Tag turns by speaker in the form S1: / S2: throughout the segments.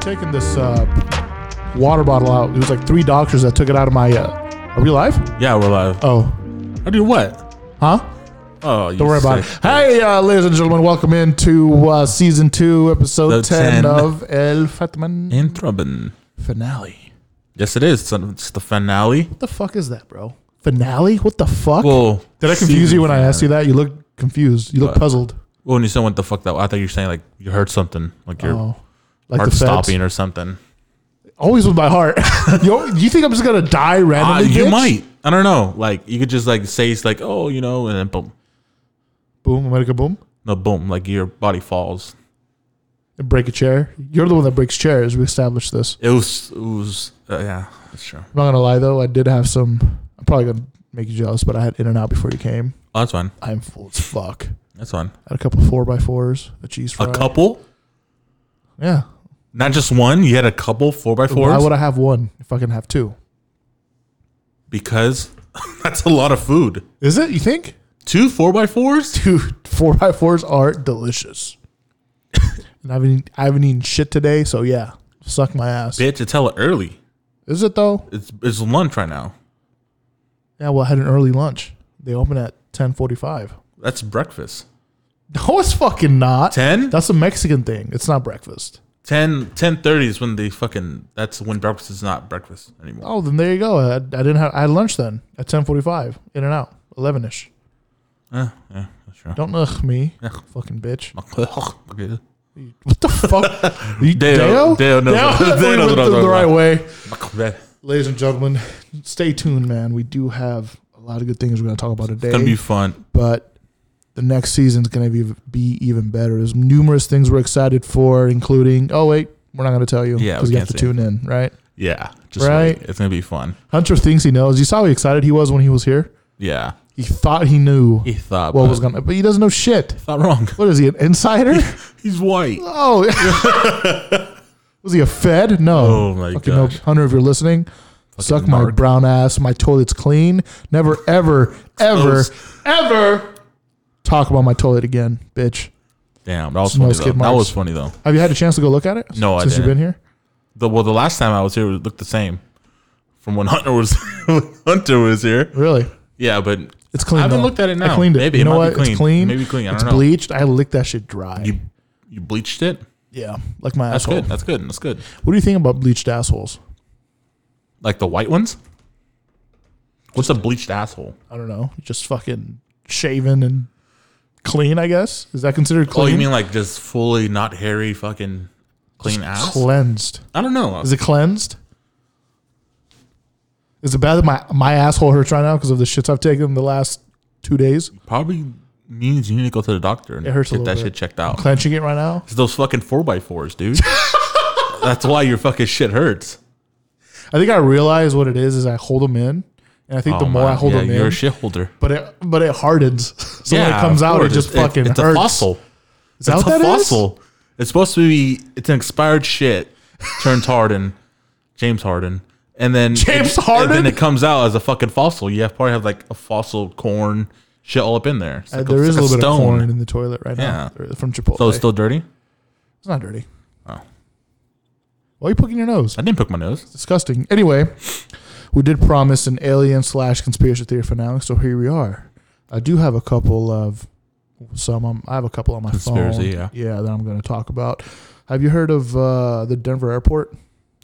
S1: taking this uh, water bottle out. It was like three doctors that took it out of my. Uh, are we live?
S2: Yeah, we're live.
S1: Oh,
S2: I do what?
S1: huh?
S2: Oh, you
S1: Don't worry about it.
S2: sick.
S1: Hey, uh, ladies and gentlemen, welcome into uh, season two, episode
S2: Episode
S1: 10,
S2: 10.
S1: of El Fatman
S2: In Trubin.
S1: finale.
S2: Yes, it is. So It's the finale.
S1: What the fuck is that, bro? Finale? What the fuck?
S2: Well,
S1: Did I confuse you when I asked you that? You look confused. You look
S2: What?
S1: puzzled.
S2: Well, when you said what the fuck that, I thought you were saying like you heard something, like your
S1: Oh, like
S2: heart
S1: the feds.
S2: stopping or something.
S1: Always with my heart. Yo, you think I'm just gonna die
S2: Uh,
S1: randomly?
S2: you
S1: bitch?
S2: might. I don't know. Like you could just like say it's like oh you know and then boom,
S1: Boom, I'm gonna go boom.
S2: no boom, like your body falls.
S1: And break a chair. You're the one that breaks chairs. We established this.
S2: It was it was uh, yeah that's true.
S1: I'm not gonna lie though, I did have some. I'm probably gonna make you jealous, but I had In and Out before you came.
S2: Oh, that's fine.
S1: I'm full as fuck.
S2: That's fine.
S1: I had a couple four by fours, a cheese fry.
S2: A couple,
S1: Yeah.
S2: not just one. You had a couple four by
S1: Why
S2: fours
S1: would I have one if I can have two?
S2: because that's a lot of food.
S1: Is it? You think?
S2: Two four by fours.
S1: Dude, four by fours are delicious. and I haven't eaten- I haven't eaten shit today, so yeah, suck my ass.
S2: Bitch, it's hella early.
S1: Is it though?
S2: It's it's lunch right now.
S1: Yeah. Well, I had an early lunch. They open at 10:45.
S2: That's breakfast.
S1: No, it's fucking not.
S2: 10?
S1: That's a Mexican thing. It's not breakfast.
S2: 10, 10.30 is when they fucking. That's when breakfast is not breakfast anymore.
S1: Oh, then there you go. I, I didn't have. I had lunch then at ten forty-five. In and out, eleven ish.
S2: Eh, yeah, that's true.
S1: Don't ugh me,
S2: Ugh.
S1: fucking bitch.
S2: Okay.
S1: What the fuck? You- Deo,
S2: Dale- Dale knows what-
S1: Dale
S2: Dale knows
S1: went
S2: what I'm
S1: the,
S2: talking
S1: right
S2: about.
S1: way.
S2: It's
S1: Ladies and gentlemen, stay tuned, man. We do have a lot of good things we're gonna talk about today,
S2: gonna be fun.
S1: but. The next season's gonna be be even better. There's numerous things we're excited for, including oh wait, we're not gonna tell you
S2: Yeah,
S1: because
S2: we
S1: you have to
S2: can't say.
S1: tune in, right?
S2: Yeah, just
S1: Right.
S2: wait. It's gonna be fun.
S1: Hunter thinks he knows. You saw how excited he was when he was here.
S2: Yeah,
S1: He thought he knew
S2: he thought.
S1: what
S2: but-
S1: was gonna, but he doesn't know shit.
S2: Thought wrong.
S1: What is he, an insider?
S2: He's white.
S1: oh, was he a Fed? No.
S2: Oh my
S1: Fucking no.
S2: gosh.
S1: Hunter, if you're listening, suck my
S2: narc.
S1: brown ass. My toilet's clean. Never, ever, ever,
S2: Close.
S1: ever talk about my toilet again, bitch.
S2: Damn, that was
S1: Smells
S2: funny
S1: skid
S2: though. That
S1: marks.
S2: was funny though.
S1: Have you had a chance to go look at it?
S2: No, I
S1: since you've been
S2: didn't.
S1: here.
S2: The, well, the last time I was here, it looked the same. From when Hunter was when Hunter was here.
S1: Really.
S2: Yeah, but
S1: It's clean.
S2: I haven't
S1: though.
S2: looked at it
S1: I
S2: now.
S1: cleaned it.
S2: Maybe
S1: you
S2: it
S1: know what?
S2: might be
S1: It's
S2: clean.
S1: clean.
S2: Maybe clean. I
S1: it's
S2: don't know.
S1: bleached. I licked that shit dry.
S2: you you bleached it.
S1: yeah, like my
S2: That's
S1: asshole.
S2: good. That's good. That's good.
S1: What do you think about bleached assholes?
S2: Like the white ones? What's a bleached asshole?
S1: I don't know, just fucking shaven and clean, I guess. Is that considered
S2: Oh,
S1: clean?
S2: you mean like just fully not hairy fucking clean ass?
S1: cleansed?
S2: I don't know.
S1: Is it cleansed? Is it bad that my, my asshole hurts right now because of the shits I've taken the last two days?
S2: Probably means you need to go to the doctor and
S1: It hurts a
S2: get
S1: little
S2: that
S1: bit.
S2: shit checked out.
S1: Clenching it right now?
S2: It's those fucking 4x4s, dude. That's why your fucking shit hurts.
S1: I think I realize what it is is I hold them in. And I think the
S2: Oh,
S1: more
S2: man.
S1: I hold
S2: yeah,
S1: them
S2: You're
S1: in,
S2: a shit holder.
S1: but it but it hardens. so when
S2: Yeah,
S1: it
S2: of
S1: comes out, it
S2: course.
S1: just
S2: It's-
S1: fucking
S2: it's
S1: hurts.
S2: a fossil.
S1: Is that
S2: it's
S1: what
S2: a
S1: that is? Uh,
S2: fossil. It's supposed to be. It's an expired shit. Turns Harden, James Harden, and then
S1: James
S2: and-
S1: Harden?
S2: And then it comes out as a fucking fossil. You have probably have like a fossil corn shit all up in there. It's
S1: Uh,
S2: like
S1: there
S2: it's
S1: is a
S2: like
S1: little bit of
S2: stone.
S1: corn in the toilet right now There- from Chipotle.
S2: So it's still dirty.
S1: it's not dirty.
S2: Oh.
S1: Why are you poking your nose?
S2: I didn't poke my nose.
S1: disgusting. Anyway, we did promise an alien slash conspiracy theory finale, so here we are. I do have a couple of some. Um, I have a couple on my
S2: Conspiracy,
S1: phone.
S2: yeah.
S1: yeah, that I'm going to talk about. Have you heard of uh, the Denver airport?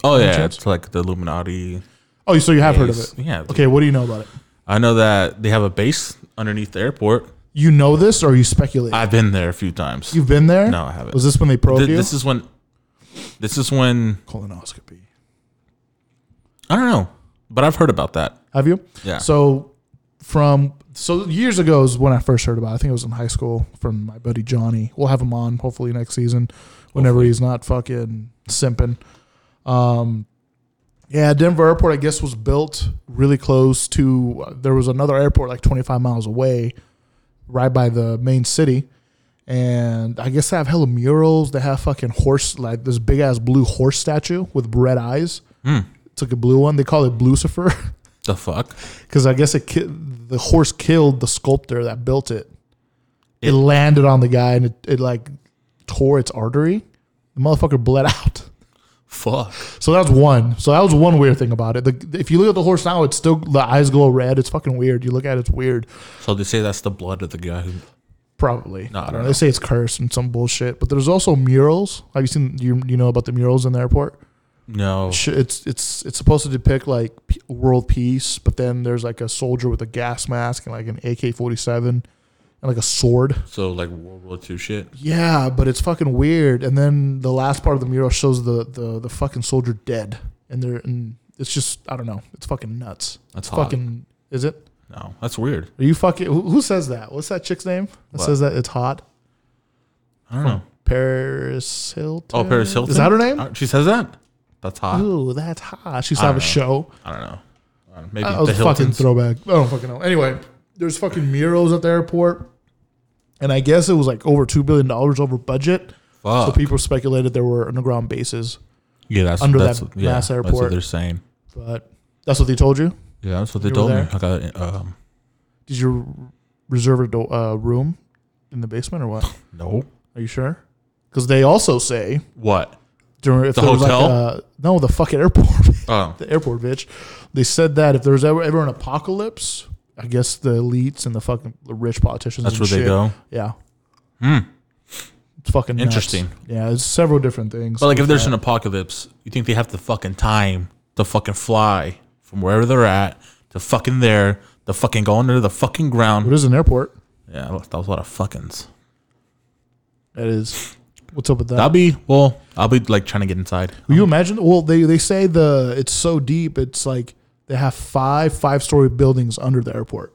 S2: Oh
S1: Any
S2: yeah,
S1: chance?
S2: it's like the Illuminati.
S1: Oh, so you have heard of
S2: base.
S1: it?
S2: Yeah.
S1: Okay, what do you know about it?
S2: I know that they have a base underneath the airport.
S1: You know this, or you speculate?
S2: I've been there a few times.
S1: You've been there?
S2: No, I haven't.
S1: Was this when they probed
S2: Th-
S1: you?
S2: this is when. This is when
S1: colonoscopy.
S2: I don't know, but I've heard about that.
S1: Have you?
S2: Yeah.
S1: So from so years ago is when I first heard about. it. I think it was in high school from my buddy Johnny. We'll have him on hopefully next season, whenever he's not fucking simping. Um, yeah, Denver Airport I guess was built really close to. There was another airport like 25 miles away, right by the main city. And I guess they have hella murals. They have fucking horse, like this big ass blue horse statue with red eyes. It's like a blue one. They call it Lucifer.
S2: Hmm, The fuck.
S1: because I guess it ki- the horse killed the sculptor that built it. It,
S2: It-
S1: landed on the guy and it, it like tore its artery. The motherfucker bled out.
S2: Fuck.
S1: So that was one. So that was one weird thing about it. The, if you look at the horse now, it's still the eyes glow red. It's fucking weird. You look at it, it's weird.
S2: So they say that's the blood of the guy who.
S1: Probably.
S2: No, I don't know.
S1: They say it's cursed and some bullshit. But there's also murals. Have you seen you you know about the murals in the airport?
S2: No.
S1: Sh- It's it's it's supposed to depict like p- world peace, but then there's like a soldier with a gas mask and like an AK-47 and like a sword.
S2: So like World War II shit.
S1: Yeah, but it's fucking weird. And then the last part of the mural shows the the, the fucking soldier dead, and they're and it's just I don't know. It's fucking nuts. It's
S2: That's hot.
S1: fucking is it?
S2: No, that's weird.
S1: Are you fucking? Who, who says that? What's that chick's name? That
S2: What?
S1: says that it's hot.
S2: I don't know.
S1: Paris Hilton.
S2: Oh, Paris Hilton.
S1: Is that her name?
S2: Uh, She says that. That's hot.
S1: Ooh, that's hot. She used
S2: I
S1: to have a
S2: don't
S1: show.
S2: I don't know. I don't know. Maybe
S1: That
S2: the
S1: was a fucking
S2: Hiltons.
S1: throwback. I don't fucking know. Anyway, there's fucking murals at the airport, and I guess it was like over two billion dollars over budget. So
S2: Fuck.
S1: people speculated there were underground bases,
S2: yeah, that's
S1: under
S2: that's,
S1: that
S2: yeah,
S1: mass
S2: That's what
S1: airport.
S2: they're saying.
S1: but that's what they told you.
S2: Yeah, that's what they
S1: You were
S2: told me.
S1: there?
S2: I got um,
S1: Did you reserve a do- uh, room in the basement or what?
S2: no.
S1: Are you sure? Because they also say
S2: What?
S1: during if
S2: The
S1: there was like
S2: hotel?
S1: a- no the fucking airport.
S2: Oh,
S1: the airport, bitch. They said that if there was ever, ever an apocalypse, I guess the elites and the fucking the rich politicians.
S2: that's
S1: and
S2: where they
S1: shit-
S2: go.
S1: Yeah,
S2: Hmm.
S1: it's fucking nuts.
S2: Interesting.
S1: Yeah, it's several different things.
S2: But like, if there's an apocalypse, you think they have the fucking time to fucking fly from wherever they're at to fucking there, to fucking go under the fucking
S1: it
S2: ground?
S1: is an airport.
S2: Yeah, that was a lot of fuckings.
S1: That is. What's up with that?
S2: I'll be well. I'll be like trying to get inside.
S1: Will you imagine? Well, they they say the it's so deep. It's like they have five five story buildings under the airport.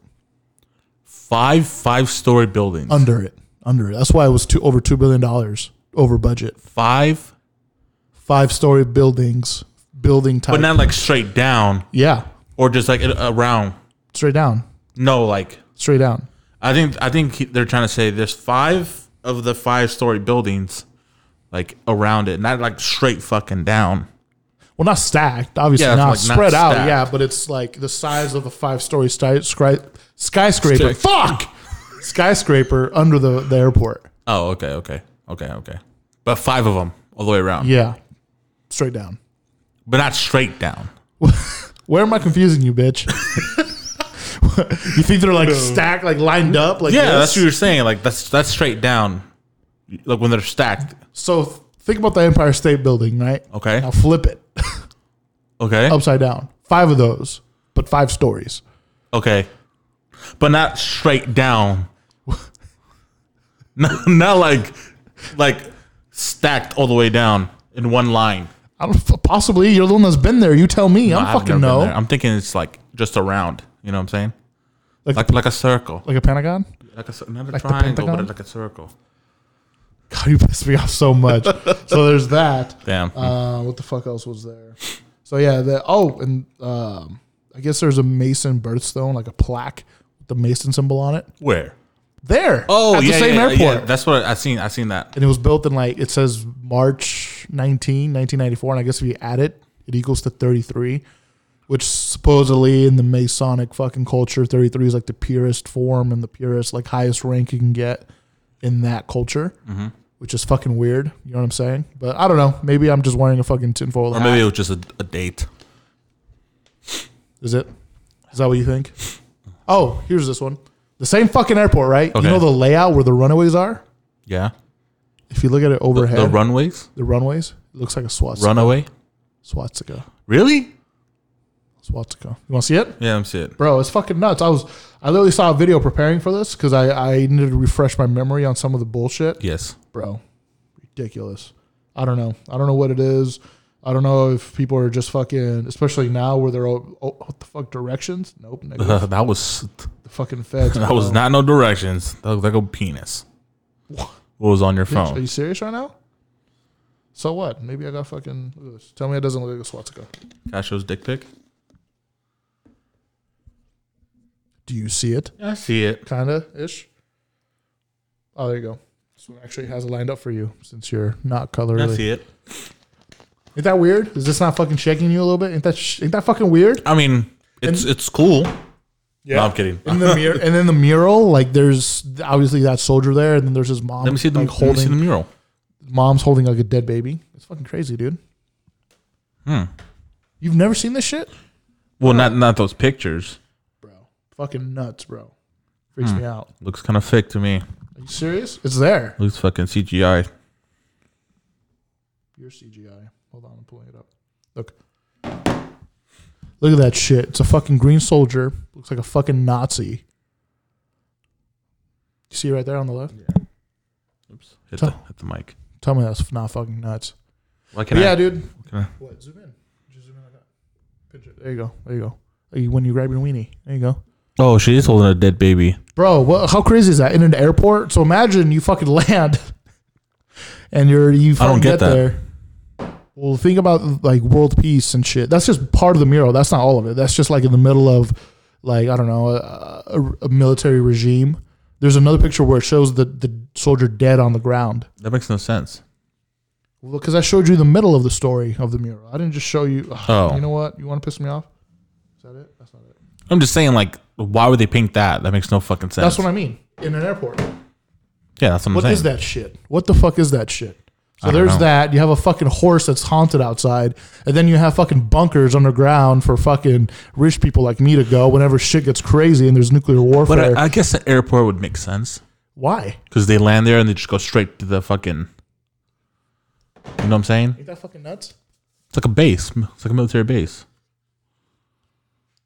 S2: Five five story buildings.
S1: Under it. Under it. That's why it was two over two billion dollars over budget.
S2: five,
S1: Five story buildings. Building type.
S2: but not like straight down
S1: yeah,
S2: or just like a- around.
S1: straight down.
S2: No, like
S1: Straight down.
S2: I think I think he- they're trying to say there's five of the five story buildings like around it, not like straight fucking down.
S1: Well, not stacked, obviously
S2: Yeah, it's
S1: not
S2: like not
S1: spread out.
S2: stacked.
S1: Yeah, but it's like the size of a five-story sky, sky, skyscraper.
S2: Stick.
S1: Fuck, skyscraper under the, the airport.
S2: Oh, okay, okay, okay, okay. But five of them all the way around,
S1: Yeah, straight down.
S2: but not straight down.
S1: Where am I confusing you, bitch? you think they're like stacked, like lined up, like
S2: Yeah,
S1: this?
S2: that's what you're saying. Like that's that's straight down. Like when they're stacked.
S1: So th- think about the Empire State Building, right?
S2: Okay.
S1: Now flip it
S2: Okay.
S1: upside down. Five of those, but five stories.
S2: Okay. But not straight down. not, not like like stacked all the way down in one line.
S1: I don't f- possibly. You're the one that's been there. You tell me. I'm
S2: I've
S1: fucking
S2: never been
S1: no.
S2: there. I'm thinking it's like just around. You know what I'm saying?
S1: Like-
S2: Like like, a circle,
S1: Like a Pentagon.
S2: like a cir- not a
S1: the
S2: triangle, but
S1: Pentagon?
S2: like a circle.
S1: God, you pissed me off so much. so there's that.
S2: Damn.
S1: Uh, what the fuck else was there? So yeah, the oh, and um, I guess there's a Mason birthstone, like a plaque with the Mason symbol on it.
S2: Where?
S1: There.
S2: Oh,
S1: at
S2: yeah,
S1: the same
S2: yeah, yeah,
S1: airport.
S2: yeah. That's what I seen. I seen that.
S1: and it was built in like it says March 19, 1994, and I guess if you add it, it equals to 33, which supposedly in the Masonic fucking culture, 33 is like the purest form and the purest like highest rank you can get in that culture,
S2: Mm-hmm.
S1: which is fucking weird. You know what I'm saying? But I don't know. Maybe I'm just wearing a fucking tinfoil
S2: Or
S1: hat.
S2: maybe it was just a, a date.
S1: Is it? Is that what you think? Oh, here's this one. The same fucking airport, right?
S2: Okay.
S1: You know the layout where the runaways are.
S2: Yeah.
S1: If you look at it
S2: The,
S1: overhead,
S2: the
S1: the,
S2: runways.
S1: runways it looks like a swastika.
S2: Runaway.
S1: swastika.
S2: Really?
S1: Swastika. You want to see it,
S2: Yeah, I'm seeing it.
S1: bro? It's fucking nuts. I was, I literally saw a video preparing for this because I, I needed to refresh my memory on some of the bullshit,
S2: Yes.
S1: bro. Ridiculous. I don't know. I don't know what it is. I don't know if people are just fucking, especially now where they're all, oh, what the fuck directions? Nope, negative.
S2: that was
S1: the fucking feds.
S2: that was
S1: bro.
S2: not no directions. That was like a penis. What was on your
S1: Are
S2: phone?
S1: you serious right now? So what? Maybe I got fucking. Look at this. Tell me it doesn't look like a swastika.
S2: Casho's dick pic.
S1: Do you see it?
S2: Yeah, I see it.
S1: Kinda ish. Oh, there you go. This one actually has it lined up for you since you're not color.
S2: I see it.
S1: Ain't that weird? Is this not fucking shaking you a little bit? Ain't that sh- ain't that fucking weird?
S2: I mean, it's it's cool. No, I'm kidding.
S1: In the mirror, and then the mural, like there's obviously that soldier there, and then there's his mom.
S2: Let me see the
S1: like
S2: let me see
S1: holding
S2: the mural.
S1: mom's holding like a dead baby. It's fucking crazy, dude. You've never seen this shit,
S2: Hmm. Well, not not those pictures.
S1: bro? Fucking nuts, bro. Freaks
S2: Hmm.
S1: me out.
S2: Looks kind of fake to me.
S1: Are you serious? It's there.
S2: Looks fucking CGI.
S1: Your CGI. Hold on, I'm pulling it up. Look. Look at that shit. It's a fucking green soldier. Looks like a fucking Nazi. You see it right there on the left?
S2: Oops. Hit the, hit the mic.
S1: Tell me that's not fucking nuts.
S2: Why can
S1: yeah,
S2: I?
S1: dude.
S2: Can I-
S1: What? Zoom in. Just zoom in like that. Pinch it. There you go. There you go. Like you- When you grab your weenie. There you go.
S2: Oh, she is holding a dead baby.
S1: Bro, what, how crazy is that? In an airport? So imagine you fucking land and you're you fucking
S2: don't get
S1: get,
S2: that.
S1: there. Well, think about like world peace and shit. That's just part of the mural. That's not all of it. That's just like in the middle of like I don't know a, a, a military regime. There's another picture where it shows the the soldier dead on the ground.
S2: That makes no sense.
S1: Well, because I showed you the middle of the story of the mural. I didn't just show you. ugh,
S2: Oh.
S1: you know what? You want to piss me off? Is that it? That's not it.
S2: I'm just saying, like, why would they paint that? That makes no fucking sense.
S1: That's what I mean. In an airport.
S2: yeah, that's what I'm
S1: What
S2: saying.
S1: is that shit? What the fuck is that shit? So
S2: I don't
S1: there's
S2: know.
S1: that. You have a fucking horse that's haunted outside, and then you have fucking bunkers underground for fucking rich people like me to go whenever shit gets crazy and there's nuclear warfare.
S2: But I, I guess the airport would make sense
S1: Why?
S2: because they land there and they just go straight to the fucking. You know what I'm saying?
S1: Ain't that fucking nuts?
S2: It's like a base. It's like a military base.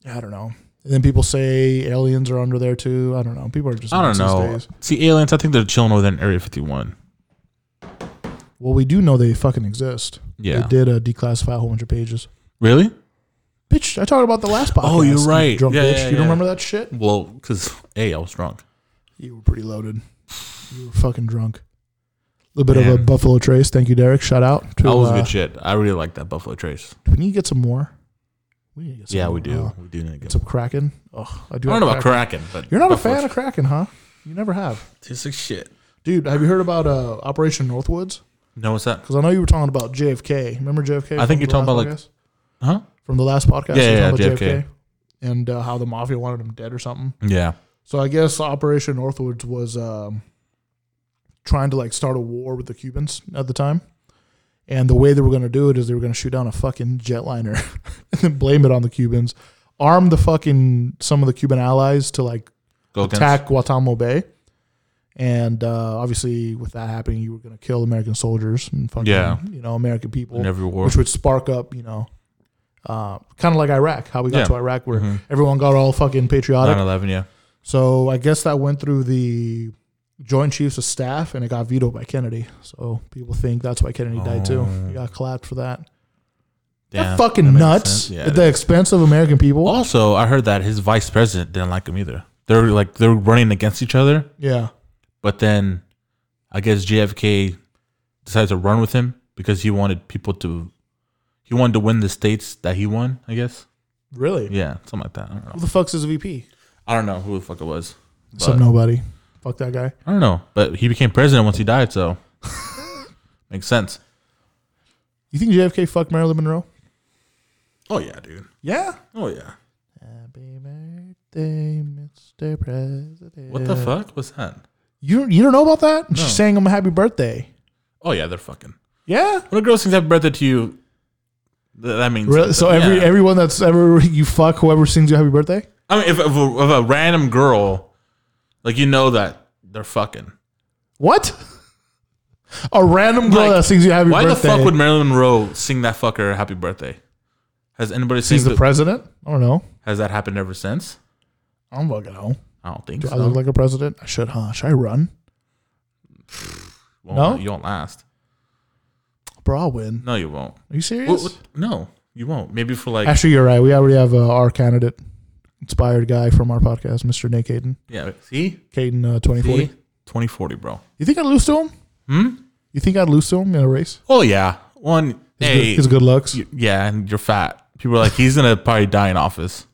S1: I don't know. And then people say aliens are under there too. I don't know. People are just
S2: I don't
S1: nuts these
S2: know.
S1: days.
S2: See, aliens. I think they're chilling over there in Area 51.
S1: Well, we do know they fucking exist.
S2: Yeah.
S1: They did uh, declassify a whole bunch of pages.
S2: Really?
S1: Bitch, I talked about the last podcast.
S2: Oh, you're
S1: you
S2: right.
S1: Drunk
S2: Yeah,
S1: bitch.
S2: yeah,
S1: you
S2: yeah.
S1: don't remember that shit?
S2: Well, because hey, I was drunk.
S1: You were pretty loaded. You were fucking drunk. A little bit of a
S2: Man.
S1: Buffalo Trace. Thank you, Derek. Shout out. To,
S2: That was
S1: uh,
S2: good shit. I really like that Buffalo Trace.
S1: We need to get some more. We need to get some
S2: Yeah,
S1: more.
S2: we do.
S1: Uh,
S2: we do need to
S1: get
S2: get.
S1: some Kraken. Oh, I
S2: I
S1: do.
S2: don't
S1: have
S2: know about
S1: Kraken.
S2: Kraken, but
S1: You're not
S2: Buffalo
S1: a fan
S2: Trace-
S1: of Kraken, huh? You never have,
S2: It's like shit.
S1: dude. Have you heard about uh, Operation Northwoods?
S2: No, what's that?
S1: Because I know you were talking about JFK. Remember JFK? from
S2: I think you're
S1: the
S2: talking
S1: last
S2: about, like-
S1: podcast?
S2: Huh?
S1: from the last podcast.
S2: Yeah,
S1: you were
S2: yeah,
S1: talking about
S2: JFK.
S1: and uh, how the mafia wanted him dead or something.
S2: Yeah.
S1: So I guess Operation Northwoods was um, trying to like start a war with the Cubans at the time. And the way they were going to do it is they were going to shoot down a fucking jetliner and then blame it on the Cubans, arm the fucking some of the Cuban allies to like
S2: Go against-
S1: attack Guantanamo Bay. And uh, obviously, with that happening, you were going to kill American soldiers and fucking,
S2: Yeah.
S1: you know, American people
S2: in every war.
S1: which would spark up, you know, uh, kind of like Iraq, how we got
S2: Yeah.
S1: to Iraq, where
S2: Mhm.
S1: everyone got all fucking patriotic.
S2: 9/11. Yeah.
S1: So I guess that went through the Joint Chiefs of Staff, and it got vetoed by Kennedy. So people think that's why Kennedy died too. He got clapped for that.
S2: Oh. Damn,
S1: that fucking
S2: that makes sense.
S1: nuts
S2: Yeah,
S1: at
S2: it
S1: the expense of American people.
S2: Also, I heard that his vice president didn't like him either. They're like they're running against each other,
S1: Yeah,
S2: but then I guess JFK decided to run with him because he wanted people to he wanted to win the states that he won, I guess.
S1: really.
S2: Yeah, something like that. I don't know.
S1: Who the fuck's his VP?
S2: I don't know who the fuck it was. but-
S1: Some nobody. Fuck that guy.
S2: I don't know, but he became president once he died, so makes sense.
S1: You think JFK fucked Marilyn Monroe?
S2: Oh yeah, dude.
S1: Yeah.
S2: Oh yeah.
S1: Happy birthday, Mr. President.
S2: What the fuck was that?
S1: You you don't know about that?
S2: No.
S1: She sang him a happy birthday.
S2: Oh yeah, they're fucking.
S1: Yeah.
S2: When a girl sings "Happy Birthday" to you, th- that means
S1: Really? So every
S2: Yeah.
S1: everyone that's ever you fuck whoever sings you happy birthday.
S2: I mean, if, if, a, if a random girl, like you know that they're fucking.
S1: What? A random girl
S2: Like,
S1: that sings you happy
S2: Why
S1: birthday.
S2: the fuck would Marilyn Monroe sing that fucker "Happy Birthday"? Has anybody seen?
S1: he's the
S2: th-
S1: president? I don't know.
S2: has that happened ever since?
S1: I don't fucking know.
S2: I don't think
S1: Do I
S2: so.
S1: look like a president? I should, huh? Should I run?
S2: Won't-
S1: No?
S2: you won't last.
S1: Bro, I'll win.
S2: No, you won't.
S1: Are you serious?
S2: What, what- no, you won't. Maybe for like
S1: Actually, you're right. We already have uh, our candidate, inspired guy from our podcast, Mr. Nick Caden.
S2: yeah. See,
S1: Caden uh, 2040.
S2: see, twenty forty, bro.
S1: You think I'd lose to him?
S2: Hmm.
S1: You think I'd lose to him in a race?
S2: Oh yeah. One.
S1: His,
S2: hey.
S1: good, his good looks.
S2: y- yeah, and you're fat. People are like, he's gonna probably die in office.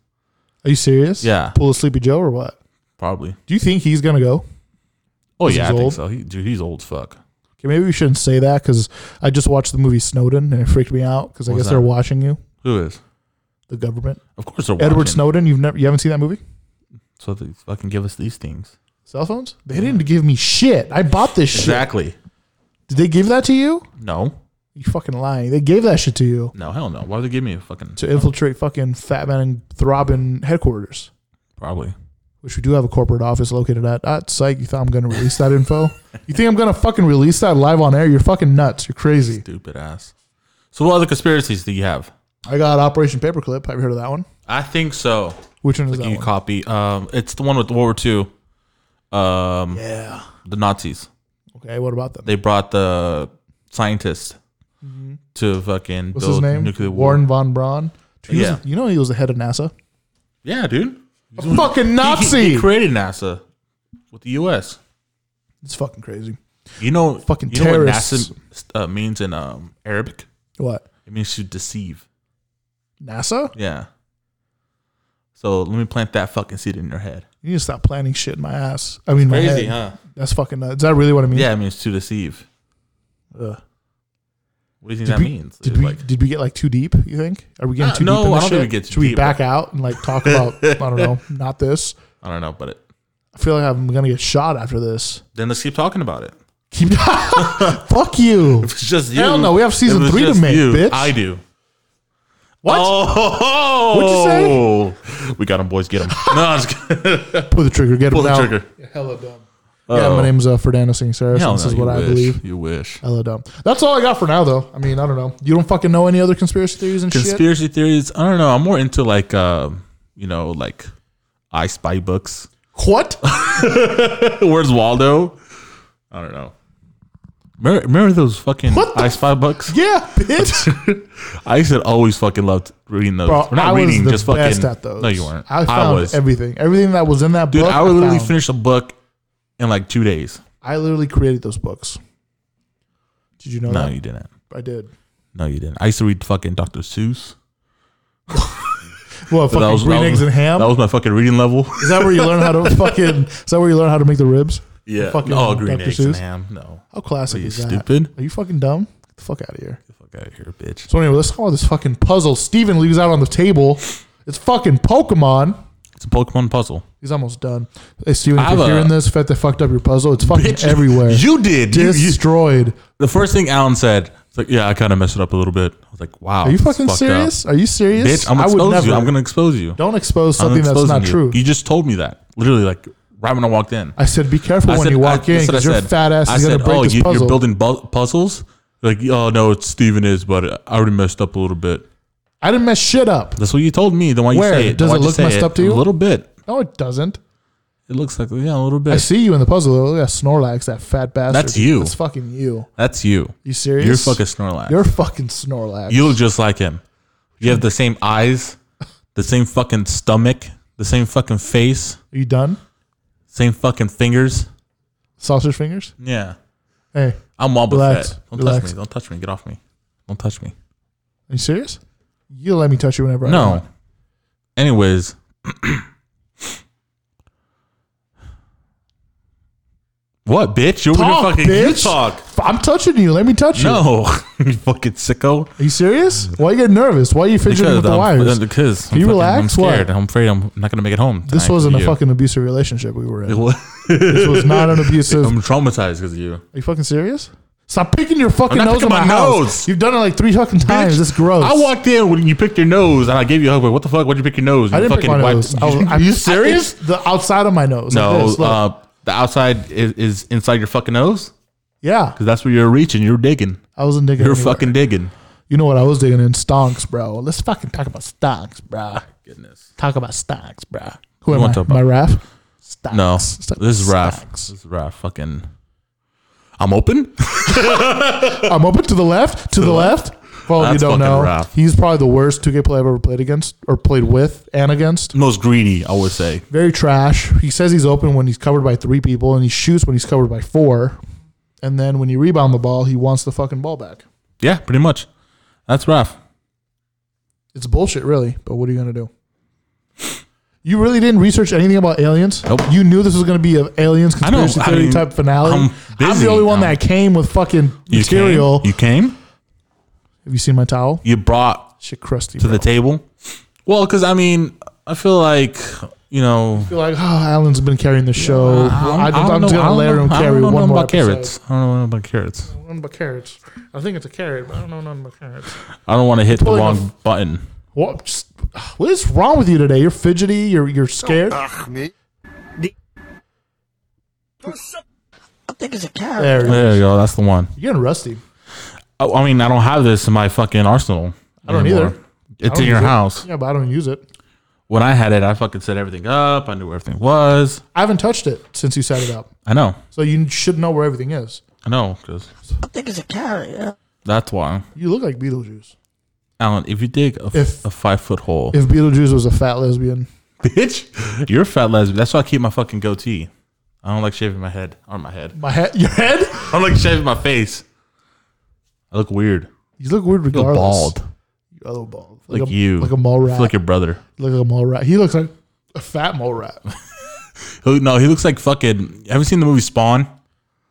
S1: Are you serious?
S2: Yeah,
S1: Pull a Sleepy Joe or what?
S2: probably.
S1: Do you think he's gonna go?
S2: Oh
S1: He's
S2: yeah, I think
S1: old.
S2: so. He, dude, he's old as fuck.
S1: Okay, maybe we shouldn't say that because I just watched the movie Snowden and it freaked me out because I
S2: What was
S1: guess they're
S2: that?
S1: watching you,
S2: Who is?
S1: the government.
S2: Of course, they're
S1: Edward
S2: watching.
S1: Snowden, you've never, you haven't seen that movie?
S2: So they fucking give us these things.
S1: Cell phones? They didn't give me shit. I bought this shit.
S2: Exactly.
S1: Did they give that to you?
S2: No.
S1: You fucking lying. They gave that shit to you
S2: No, hell no. Why would they give me a fucking
S1: to infiltrate fucking Fat Man and Throbbing headquarters,
S2: probably?
S1: which we do have a corporate office located at. Ah, psych, you thought I'm gonna release that info? You think I'm gonna fucking release that live on air? You're fucking nuts. You're crazy.
S2: Stupid ass. So what other conspiracies do you have?
S1: I got Operation Paperclip. Have you heard of that one?
S2: I think so.
S1: Which one is that
S2: You
S1: one?
S2: copy. Um, it's the one with World War II. Um,
S1: yeah.
S2: the Nazis.
S1: Okay. What about them?
S2: They brought the scientist to fucking
S1: Mm-hmm. What's his
S2: build
S1: name?
S2: nuclear war.
S1: Warren von Braun. He was-
S2: Yeah.
S1: you know he was the head of NASA.
S2: Yeah, dude.
S1: A fucking Nazi.
S2: He, he created NASA with the U.S.
S1: it's fucking crazy.
S2: You know,
S1: Fucking
S2: you know what
S1: terrorists.
S2: NASA uh, means in um, Arabic?
S1: What?
S2: It means to deceive.
S1: NASA?
S2: Yeah. So let me plant that fucking seed in your head.
S1: You need to stop planning shit in my ass. I mean, my
S2: Crazy,
S1: head.
S2: huh?
S1: That's fucking nuts. Is that really what I mean?
S2: Yeah, it means to deceive.
S1: Ugh.
S2: What do you think
S1: Did
S2: that
S1: we-
S2: means?
S1: Did
S2: It's
S1: we
S2: like,
S1: did we get like too deep? You think? Are we getting
S2: Uh,
S1: too
S2: no,
S1: deep? in
S2: I
S1: this
S2: don't
S1: shit?
S2: think we get too
S1: Should we
S2: deep.
S1: back out and like talk about I don't know, not this?
S2: I don't know, but it,
S1: I feel like I'm gonna get shot after this.
S2: then let's keep talking about it.
S1: Keep fuck you.
S2: If it's just you.
S1: Hell no, we have season
S2: if it's
S1: three to
S2: just
S1: make, bitch.
S2: I do.
S1: What?
S2: Oh, What'd you say? We got him, boys. Get him. no, I'm just kidding.
S1: Pull the trigger. Get
S2: Pull
S1: him
S2: the
S1: out.
S2: trigger.
S1: Yeah, hella dumb. Yeah, my
S2: Uh-oh.
S1: name's uh, Ferdinand Sinceris.
S2: Hell
S1: This
S2: no,
S1: is
S2: you
S1: what I
S2: wish.
S1: believe. Uh,
S2: You wish.
S1: Hella dumb. That's all I got for now, though. I mean, I don't know. You don't fucking know any other conspiracy theories and shit.
S2: Conspiracy theories. I don't know. I'm more into like, um, you know, like I Spy books.
S1: What?
S2: Where's Waldo? I don't know. Remember, remember those fucking
S1: What the
S2: I Spy books?
S1: yeah, bitch.
S2: I used to always fucking loved reading those.
S1: Bro,
S2: Or not
S1: I was
S2: reading,
S1: the
S2: just
S1: best
S2: fucking.
S1: at those.
S2: No, you weren't.
S1: I found everything. Everything that was in that
S2: Dude,
S1: book.
S2: I would literally
S1: found.
S2: finish a book in like two days.
S1: I literally created those books. Did you know
S2: No,
S1: that?
S2: you didn't.
S1: I did.
S2: No, you didn't. I used to read fucking Dr. Seuss.
S1: Well,
S2: But
S1: fucking green eggs and ham.
S2: That was my fucking reading level.
S1: is that where you learn how to fucking? Is that where you learn how to make the ribs?
S2: yeah.
S1: Fucking
S2: oh, green
S1: Dr.
S2: eggs and
S1: Seuss.
S2: ham. No.
S1: How
S2: Are
S1: classic
S2: you
S1: is
S2: stupid?
S1: that? Are you fucking dumb? Get the fuck out of here.
S2: Get the fuck out of here, bitch.
S1: So anyway, let's talk about this fucking puzzle. Steven leaves out on the table. It's fucking Pokemon.
S2: It's a Pokemon puzzle.
S1: He's almost done. Hey, Steven, if
S2: I have
S1: you're
S2: a-
S1: hearing this, Fett that fucked up your puzzle. It's fucking everywhere.
S2: You did. You- you-
S1: Destroyed.
S2: the first thing Alan said, it's like, yeah, I kind of messed it up a little bit. I was like, wow.
S1: Are you
S2: this is
S1: fucking
S2: fucked up.
S1: serious? Are you serious?
S2: Bitch, I'm gonna expose you. I'm gonna expose you.
S1: Don't expose
S2: I'm
S1: something that's
S2: exposing
S1: not
S2: you.
S1: true.
S2: You just told me that. Literally, like right when I walked in.
S1: I said, be careful
S2: I
S1: when
S2: said-
S1: you walk
S2: I-
S1: in
S2: that's what I
S1: because your
S2: said.
S1: fat ass
S2: I
S1: is
S2: said,
S1: gonna break
S2: oh,
S1: this
S2: you,
S1: puzzle.
S2: you're building bu- puzzles? Like, oh, no, it's Steven is, but I already messed up a little bit.
S1: I didn't mess shit up.
S2: That's what you told me. Then why you
S1: Where?
S2: say it?
S1: Does
S2: Then why
S1: it
S2: you
S1: look
S2: say
S1: messed up to you?
S2: A little bit.
S1: No, it doesn't.
S2: It looks like yeah, a little
S1: I
S2: bit.
S1: see you in the puzzle. though. Look at Snorlax, that fat bastard.
S2: That's you.
S1: That's fucking you.
S2: That's you.
S1: You serious?
S2: You're fucking Snorlax.
S1: You're fucking Snorlax.
S2: you look just like him. You have the same eyes, the same fucking stomach, the same fucking face,
S1: Are you done?
S2: same fucking fingers.
S1: Sausage fingers.
S2: Yeah,
S1: Hey,
S2: I'm Wobbuffet.
S1: Relax.
S2: Don't
S1: Relax.
S2: touch me. Don't touch me. Get off me. Don't touch me.
S1: are you serious? You let me touch you whenever. I
S2: no.
S1: want.
S2: Anyways, what, bitch? You're
S1: Talk,
S2: talk, fucking you
S1: bitch.
S2: talk.
S1: F- I'm touching you. Let me touch you.
S2: No, you fucking sicko.
S1: Are you serious? Why you getting nervous? Why are you fidgeting
S2: Because
S1: with the
S2: I'm,
S1: wires?
S2: Because
S1: you
S2: I'm fucking-
S1: relax?
S2: I'm
S1: What?
S2: scared. I'm afraid I'm not gonna make it home.
S1: This
S2: tonight
S1: wasn't a
S2: 'cause of
S1: fucking abusive relationship we were in.
S2: you.
S1: This was not an abusive. Are
S2: I'm traumatized because of you.
S1: you fucking serious? Stop picking your fucking
S2: I'm not
S1: nose on
S2: picking
S1: my,
S2: my
S1: house.
S2: nose.
S1: You've done it like three fucking times. This is gross.
S2: I walked in when you picked your nose, and I gave you a hug. Like, what the fuck? Why'd you pick your nose?
S1: I
S2: You
S1: didn't pick my
S2: wiped-
S1: nose.
S2: You-
S1: I was-
S2: are
S1: I'm-
S2: you serious?
S1: it's the outside of my nose. like
S2: no.
S1: this, look.
S2: uh, the outside is, is inside your fucking nose
S1: yeah,
S2: because that's where you're reaching. You're digging.
S1: I wasn't digging.
S2: You're
S1: anywhere.
S2: fucking digging.
S1: You know what I was digging in stonks, bro. Let's fucking talk about stonks, bro.
S2: Goodness.
S1: Talk about stonks, bro. Who
S2: We
S1: am
S2: won't
S1: I?
S2: talk
S1: My Raph? Stonks.
S2: No,
S1: Let's talk
S2: this is
S1: about
S2: Raph.
S1: stonks.
S2: This is Raph. Fucking. I'm open.
S1: I'm open to the left, to the left. Well, if you
S2: That's
S1: don't know,
S2: fucking Raph.
S1: he's probably the worst 2K player I've ever played against or played with and against.
S2: Most greedy, I would say.
S1: Very trash. He says he's open when he's covered by three people, and he shoots when he's covered by four. And then when you rebound the ball, he wants the fucking ball back.
S2: Yeah, pretty much. That's Raph.
S1: It's bullshit, really. But what are you gonna do? You really didn't research anything about aliens.
S2: Nope.
S1: You knew this was gonna be an aliens
S2: I know,
S1: conspiracy
S2: I
S1: theory
S2: mean,
S1: type finale.
S2: I'm
S1: I'm,
S2: busy,
S1: the only one
S2: um,
S1: that came with fucking
S2: You
S1: material.
S2: Came, you came.
S1: Have you seen my towel?
S2: You brought
S1: Shit, crusty.
S2: to
S1: bro.
S2: the table? Well, because I mean, I feel like you know.
S1: You're like, oh, Alan's been carrying the show.
S2: uh,
S1: I
S2: don't
S1: am
S2: know-
S1: just gonna
S2: I don't
S1: let
S2: know-
S1: him
S2: I don't
S1: carry
S2: know
S1: one
S2: nothing
S1: more
S2: about carrots. I don't know nothing about carrots.
S1: I don't know about carrots. I think it's a carrot, but I don't know nothing about carrots.
S2: I don't want to hit the
S1: Pulling
S2: wrong
S1: a-
S2: button.
S1: What? Just, what is wrong with you today? You're fidgety. You're you're scared.
S3: Ach, me.
S4: I think it's a carrot.
S1: There, you
S2: There you go. That's the one.
S1: you're getting rusty.
S2: I, I mean, I don't have this in my fucking arsenal.
S1: I don't either.
S2: It's
S1: I don't
S2: in your
S1: use it.
S2: house.
S1: Yeah, but I don't use it.
S2: When I had it, I fucking set everything up. I knew where everything was.
S1: I haven't touched it since you set it up,
S2: I know.
S1: so you should know where everything is.
S2: I know. Because
S4: I think it's a carrot. Yeah.
S2: that's why.
S1: You look like Beetlejuice.
S2: Alan, if you dig a, f-
S1: If-
S2: a five foot hole,
S1: If Beetlejuice was a fat lesbian,
S2: bitch, you're a fat lesbian. That's why I keep my fucking goatee. I don't like shaving my head or my head.
S1: my head, your head,
S2: I don't like shaving my face. I look weird.
S1: you look weird
S2: I look
S1: regardless.
S2: bald.
S1: You're a little bald,
S2: Like,
S1: a,
S2: you.
S1: like a mole
S2: I
S1: rat,
S2: feel like your brother.
S1: like a mole rat. He looks like a fat mole rat.
S2: Who, no, he looks like fucking. Have you seen the movie Spawn?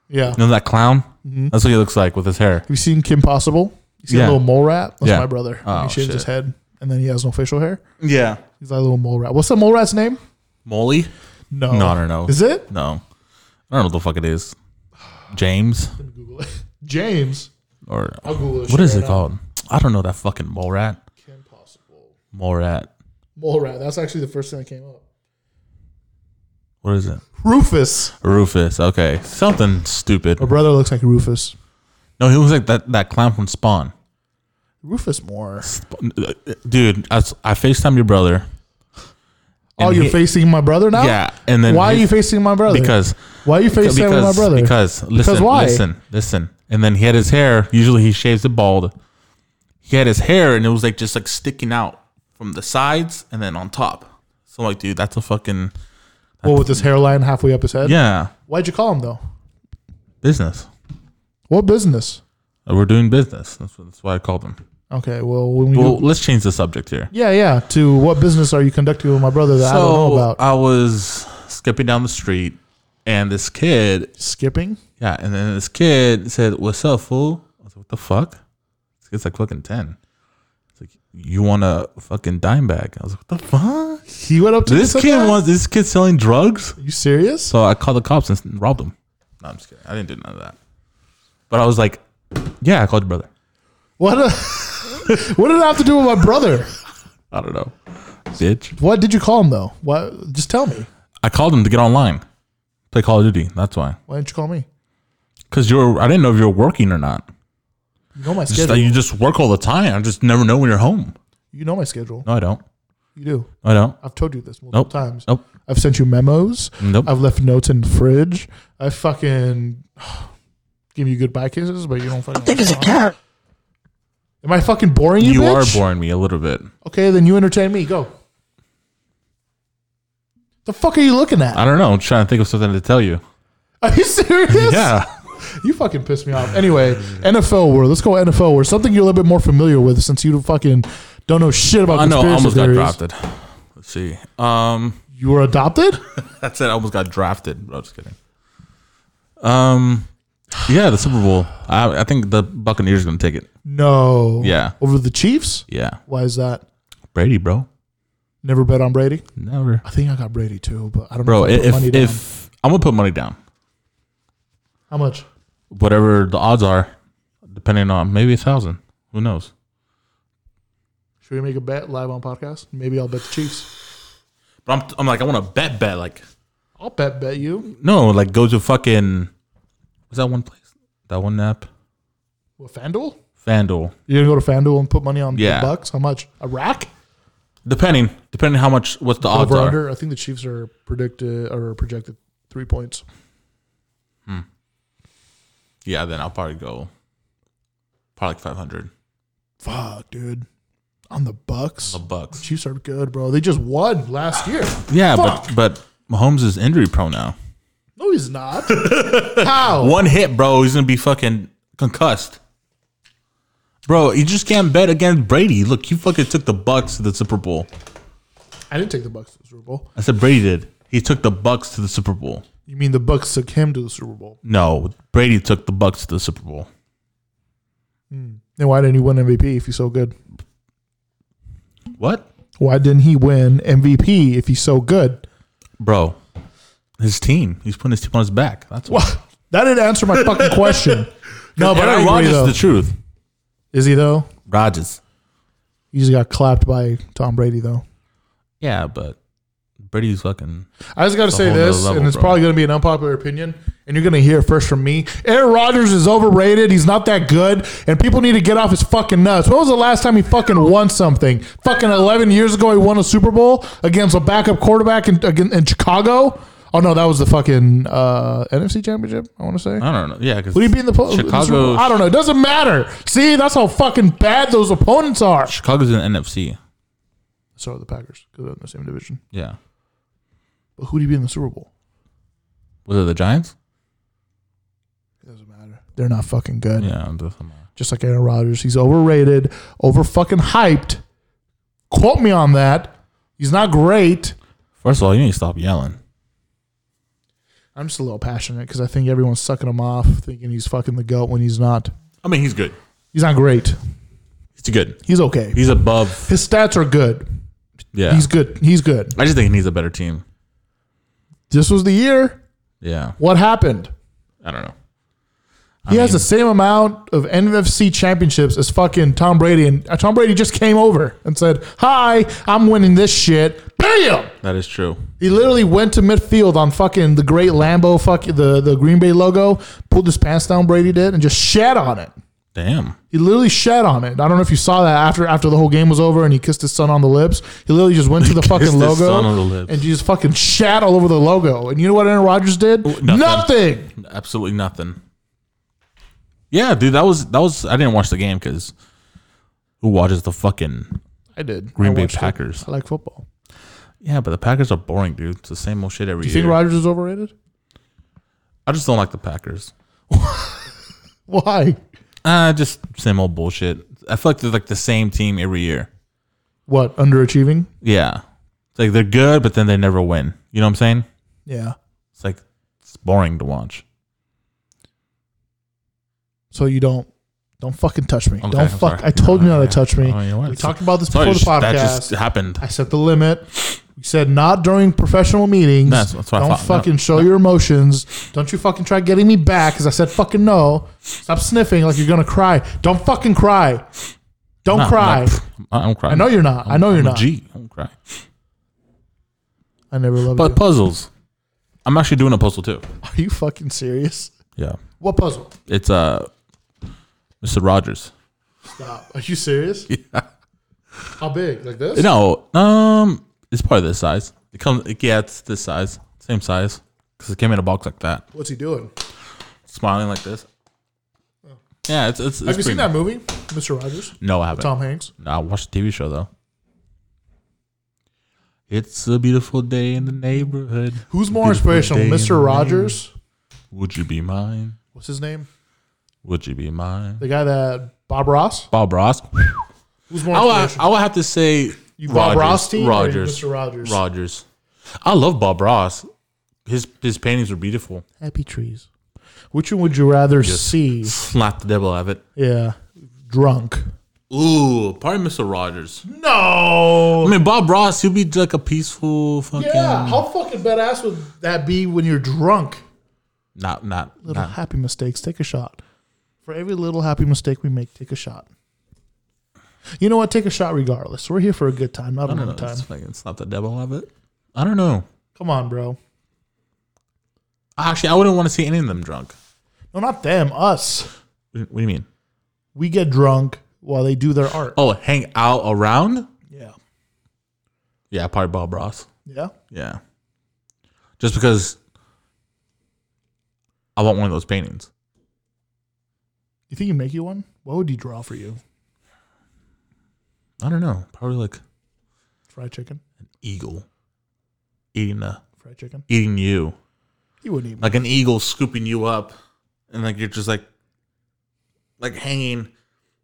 S2: You
S1: Yeah. Have
S2: know that clown?
S1: Mm-hmm.
S2: That's what he looks like with his hair.
S1: you seen Kim Possible? You see
S2: Yeah.
S1: a little mole rat? That's
S2: Yeah.
S1: my brother.
S2: Oh,
S1: he shaves his
S2: shit.
S1: head, and then he has no facial hair.
S2: Yeah.
S1: He's like a little mole rat. What's the mole rat's name?
S2: Molly?
S1: No,
S2: No, I don't know.
S1: Is it?
S2: No. I don't know what the fuck it is. James?
S1: Let me Google it. James.
S2: Or
S1: I'll Google this
S2: what
S1: shit
S2: is
S1: right
S2: it
S1: now.
S2: called? I don't know that fucking mole rat.
S1: Kim Possible.
S2: Mole rat.
S1: Mole rat. That's actually the first thing that came up.
S2: What is it?
S1: Rufus.
S2: Rufus. Okay. Something stupid.
S1: My brother looks like Rufus.
S2: No, he looks like that, that clown from Spawn.
S1: Rufus Moore.
S2: Spawn- Dude, I, s- I FaceTime your brother.
S1: Oh,
S2: And
S1: you're
S2: he-
S1: facing my brother now?
S2: Yeah. And then
S1: Why are
S2: he-
S1: you facing my brother?
S2: Because
S1: why are you
S2: because
S1: facing my brother?
S2: because listen
S1: why?
S2: listen listen and then he had his hair usually he shaves it bald he had his hair and it was like just like sticking out from the sides and then on top so I'm like dude that's a fucking
S1: well, Oh, with his hairline halfway up his head.
S2: yeah
S1: Why'd you call him though?
S2: business
S1: What business?
S2: Uh, we're doing business that's, what, that's why I called him
S1: Okay. Well, when we
S2: well let's change the subject here
S1: yeah, yeah. To what business are you conducting with my brother that I don't know
S2: so
S1: about?
S2: I was skipping down the street and this kid
S1: Skipping.
S2: Yeah, and then this kid said, "What's up, fool?" I was like, "What the fuck?" This kid's like fucking ten. It's like, "You want a fucking dime bag?" I was like, "What the fuck?"
S1: He went up to
S2: This
S1: this
S2: kid
S1: guy?
S2: wants this kid selling drugs.
S1: You serious?
S2: So I called the cops and robbed him. No, I'm just kidding. I didn't do none of that. But I was like, "Yeah, I called your brother."
S1: What? A, what did I have to do with my brother?
S2: I don't know, bitch.
S1: What did you call him though? What? Just tell me.
S2: I called him to get online, play Call of Duty. That's why.
S1: Why didn't you call me?
S2: Cause you're, I didn't know if you were working or not.
S1: You know my
S2: Just
S1: schedule.
S2: that you just work all the time. I just never know when you're home.
S1: You know my schedule.
S2: No, I don't.
S1: You do.
S2: I don't.
S1: I've told you this multiple
S2: Nope.
S1: times.
S2: Nope.
S1: I've sent you memos.
S2: Nope.
S1: I've left notes in the fridge. I fucking give you goodbye kisses, but you don't fucking.
S4: I think it's a carrot.
S1: Am I fucking boring you?
S2: You
S1: bitch?
S2: are boring me a little bit.
S1: Okay, then you entertain me. Go. The fuck are you looking at?
S2: I don't know. I'm trying to think of something to tell you.
S1: Are you serious?
S2: Yeah.
S1: You fucking pissed me off. Anyway, NFL world. Let's go NFL world. Something you're a little bit more familiar with since you fucking don't know shit about
S2: I know.
S1: conspiracy
S2: I almost
S1: theories.
S2: got drafted. Let's see. Um,
S1: You were adopted?
S2: that's it. I almost got drafted. I'm just kidding. Um, yeah, the Super Bowl. I, I think the Buccaneers are going to take it.
S1: No.
S2: Yeah.
S1: Over the Chiefs?
S2: Yeah.
S1: Why is that?
S2: Brady, bro.
S1: Never bet on Brady?
S2: Never.
S1: I think I got Brady too, but I don't
S2: Bro,
S1: know. I put
S2: if,
S1: money
S2: if,
S1: down.
S2: I'm going to put money down,
S1: how much?
S2: whatever the odds are, depending on maybe a thousand. Who knows?
S1: Should we make a bet live on podcast? Maybe I'll bet the Chiefs.
S2: But I'm, I'm like, I want to bet, bet. Like,
S1: I'll bet bet you.
S2: no, like go to fucking, was that one place? That one app?
S1: What FanDuel?
S2: FanDuel.
S1: You're gonna go to FanDuel and put money on
S2: Yeah.
S1: the Bucks? How much? A rack?
S2: Depending, depending how much, what's the odds
S1: Over
S2: are.
S1: under? I think the Chiefs are predicted or projected three points.
S2: Yeah, then I'll probably go, probably like five hundred.
S1: Fuck, dude. On the Bucks.
S2: The Bucks.
S1: Chiefs are good, bro. They just won last year.
S2: Yeah,
S1: Fuck.
S2: but but Mahomes is injury prone now.
S1: No, he's not. How?
S2: One hit, bro, he's gonna be fucking concussed. Bro, you just can't bet against Brady. Look, you fucking took the Bucks to the Super Bowl.
S1: I didn't take the Bucks to the Super Bowl.
S2: I said Brady did. He took the Bucks to the Super Bowl.
S1: You mean the Bucks took him to the Super Bowl?
S2: No, Brady took the Bucks to the Super Bowl.
S1: Then why didn't he win MVP if he's so good?
S2: What?
S1: Why didn't he win MVP if he's so good?
S2: bro. His team. He's putting his team on his back. That's why.
S1: Well, that didn't answer my fucking question. No, but I
S2: Aaron
S1: agree
S2: Rodgers is
S1: though.
S2: the truth.
S1: Is he though?
S2: Rodgers.
S1: He just got clapped by Tom Brady though.
S2: Yeah, but Brady's fucking.
S1: I just got to
S2: a
S1: say
S2: whole nother
S1: this,
S2: level,
S1: and it's
S2: bro.
S1: probably going to be an unpopular opinion, and you're going to hear it first from me. Aaron Rodgers is overrated. He's not that good, and people need to get off his fucking nuts. When was the last time he fucking won something? Fucking 11 years ago, he won a Super Bowl against a backup quarterback in, again- in Chicago. Oh no, that was the fucking uh, NFC Championship. I want to say.
S2: I don't know. Yeah, because
S1: Would he be in the po- in the Super Bowl?
S2: Chicago?
S1: I don't know. It doesn't matter. See, that's how fucking bad those opponents are.
S2: Chicago's in the NFC.
S1: So are the Packers because they're in the same division.
S2: Yeah.
S1: But who'd he be in the Super Bowl?
S2: Was it the Giants?
S1: It doesn't matter. They're not fucking good.
S2: Yeah. I'm just- I'm, uh,
S1: just like Aaron Rodgers. He's overrated, over fucking hyped. Quote me on that. He's not great.
S2: First of all, you need to stop yelling.
S1: I'm just a little passionate because I think everyone's sucking him off, thinking he's fucking the goat when he's not.
S2: I mean, he's good.
S1: He's not great.
S2: He's good.
S1: He's okay.
S2: He's above.
S1: His stats are good.
S2: Yeah.
S1: He's good. He's good.
S2: I just think he needs a better team.
S1: This was the year.
S2: Yeah.
S1: What happened?
S2: I don't know.
S1: He has the same amount of NFC championships as fucking Tom Brady, and uh, Tom Brady just came over and said, "Hi, I'm winning this shit." Bam!
S2: That is true.
S1: He literally went to midfield on fucking the great Lambo, fuck the, the Green Bay logo, pulled his pants down, Brady did, and just shat on it.
S2: Damn.
S1: He literally shat on it. I don't know if you saw that after after the whole game was over and he kissed his son on the lips. He literally just went to the fucking
S2: his
S1: logo
S2: son on the lips.
S1: and just fucking shat all over the logo. And you know what Aaron Rodgers did?
S2: nothing.
S1: nothing.
S2: Absolutely nothing. Yeah, dude, that was that was. I didn't watch the game because who watches the fucking?
S1: I did.
S2: Green
S1: I
S2: Bay
S1: watched it.
S2: Packers.
S1: I like football.
S2: Yeah, but the Packers are boring, dude. It's the same old shit every
S1: You
S2: year.
S1: think Rodgers is overrated?
S2: I just don't like the Packers.
S1: Why?
S2: Uh just same old bullshit. I feel like they're like the same team every year.
S1: What? Underachieving?
S2: Yeah, it's like they're good, but then they never win. You know what I'm saying?
S1: Yeah.
S2: It's like it's boring to watch.
S1: So you don't don't fucking touch me.
S2: Okay,
S1: don't
S2: I'm
S1: fuck.
S2: sorry.
S1: I told you not
S2: Yeah.
S1: to touch me.
S2: Oh, you know what?
S1: we talked about this
S2: Sorry,
S1: before the podcast.
S2: that just happened.
S1: I set the limit. We said not during professional meetings.
S2: That's- that's what I
S1: Don't
S2: thought. No,
S1: fucking show your emotions. Don't you fucking try getting me back because I said fucking no. Stop sniffing like you're gonna cry. Don't fucking cry. Don't
S2: No,
S1: cry.
S2: no, I don't cry.
S1: I know you're not. I know you're
S2: I'm a
S1: not.
S2: G. I don't cry.
S1: I never loved
S2: But
S1: you.
S2: puzzles. I'm actually doing a puzzle too.
S1: Are you fucking serious?
S2: Yeah.
S1: What puzzle?
S2: It's uh Mr. Rogers.
S1: Stop. Are you serious? Yeah. How big? Like this?
S2: No, um, it's probably this size. It comes, yeah, it's this size, same size, because it came in a box like that,
S1: What's he doing?
S2: smiling like this. Yeah, it's it's. it's
S1: Oh. Have you seen that
S2: pretty-
S1: movie, Mr. Rogers?
S2: No, I haven't.
S1: Tom Hanks.
S2: No, I watched the TV show though. It's a beautiful day in the neighborhood.
S1: Who's more
S2: Beautiful
S1: inspirational,
S2: day in the
S1: Mr. Rogers?
S2: Would you be mine?
S1: What's his name?
S2: Would you be mine?
S1: The guy that Bob Ross.
S2: Bob Ross.
S1: Who's more
S2: I
S1: inspirational?
S2: would, I would have to say
S1: You Bob
S2: Rogers,
S1: Ross team or
S2: Rogers.
S1: Mr. Rogers?
S2: Rogers. I love Bob Ross. His his paintings are beautiful.
S1: Happy trees. Which one would you rather see?
S2: Slap the devil out of it.
S1: Yeah, drunk.
S2: Ooh, probably Mr. Rogers. I
S1: No.
S2: mean, Bob Ross, he'll be like a peaceful fucking.
S1: Yeah, how fucking badass would that be when you're drunk?
S2: Not, not,
S1: Little
S2: not.
S1: happy mistakes, take a shot. For every little happy mistake we make, take a shot. You know what? Take a shot regardless. We're here for a good time, not a
S2: I don't
S1: long
S2: know.
S1: time.
S2: Just fucking slap the devil out of it. I don't know.
S1: Come on, bro.
S2: Actually, I wouldn't want to see any of them drunk.
S1: No, not them. Us.
S2: What do you mean?
S1: We get drunk while they do their art.
S2: Oh, hang out around?
S1: Yeah.
S2: Yeah, probably Bob Ross.
S1: Yeah.
S2: Yeah. Just because I want one of those paintings.
S1: You think he'd make you one? What would he draw for you?
S2: I don't know. Probably like
S1: Fried chicken.
S2: eagle eating a,
S1: Fried chicken.
S2: eating you.
S1: He wouldn't even.
S2: like an eagle scooping you up, and like you're just like like hanging,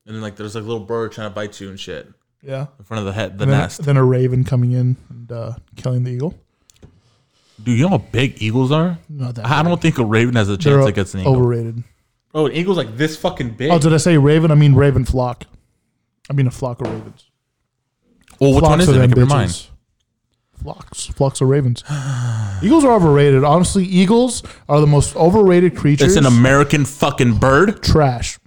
S2: and then like there's like a little bird trying to bite you and shit
S1: Yeah.
S2: in front of the head, the
S1: then,
S2: nest.
S1: then a raven coming in and uh, killing the eagle.
S2: Dude, you know how big eagles are?
S1: Not that
S2: I don't think a raven has a
S1: They're
S2: Ah, chance against an eagle.
S1: overrated.
S2: Bro, Oh, an eagle's like this fucking big.
S1: Oh, did I say raven? I mean raven flock. I mean a flock of ravens.
S2: Well, which one
S1: Flocks
S2: is
S1: of
S2: it?
S1: them
S2: Make up your
S1: bitches.
S2: mind.
S1: Flocks, flocks of ravens. eagles are overrated. Honestly, eagles are the most overrated creatures.
S2: It's an American fucking bird.
S1: trash.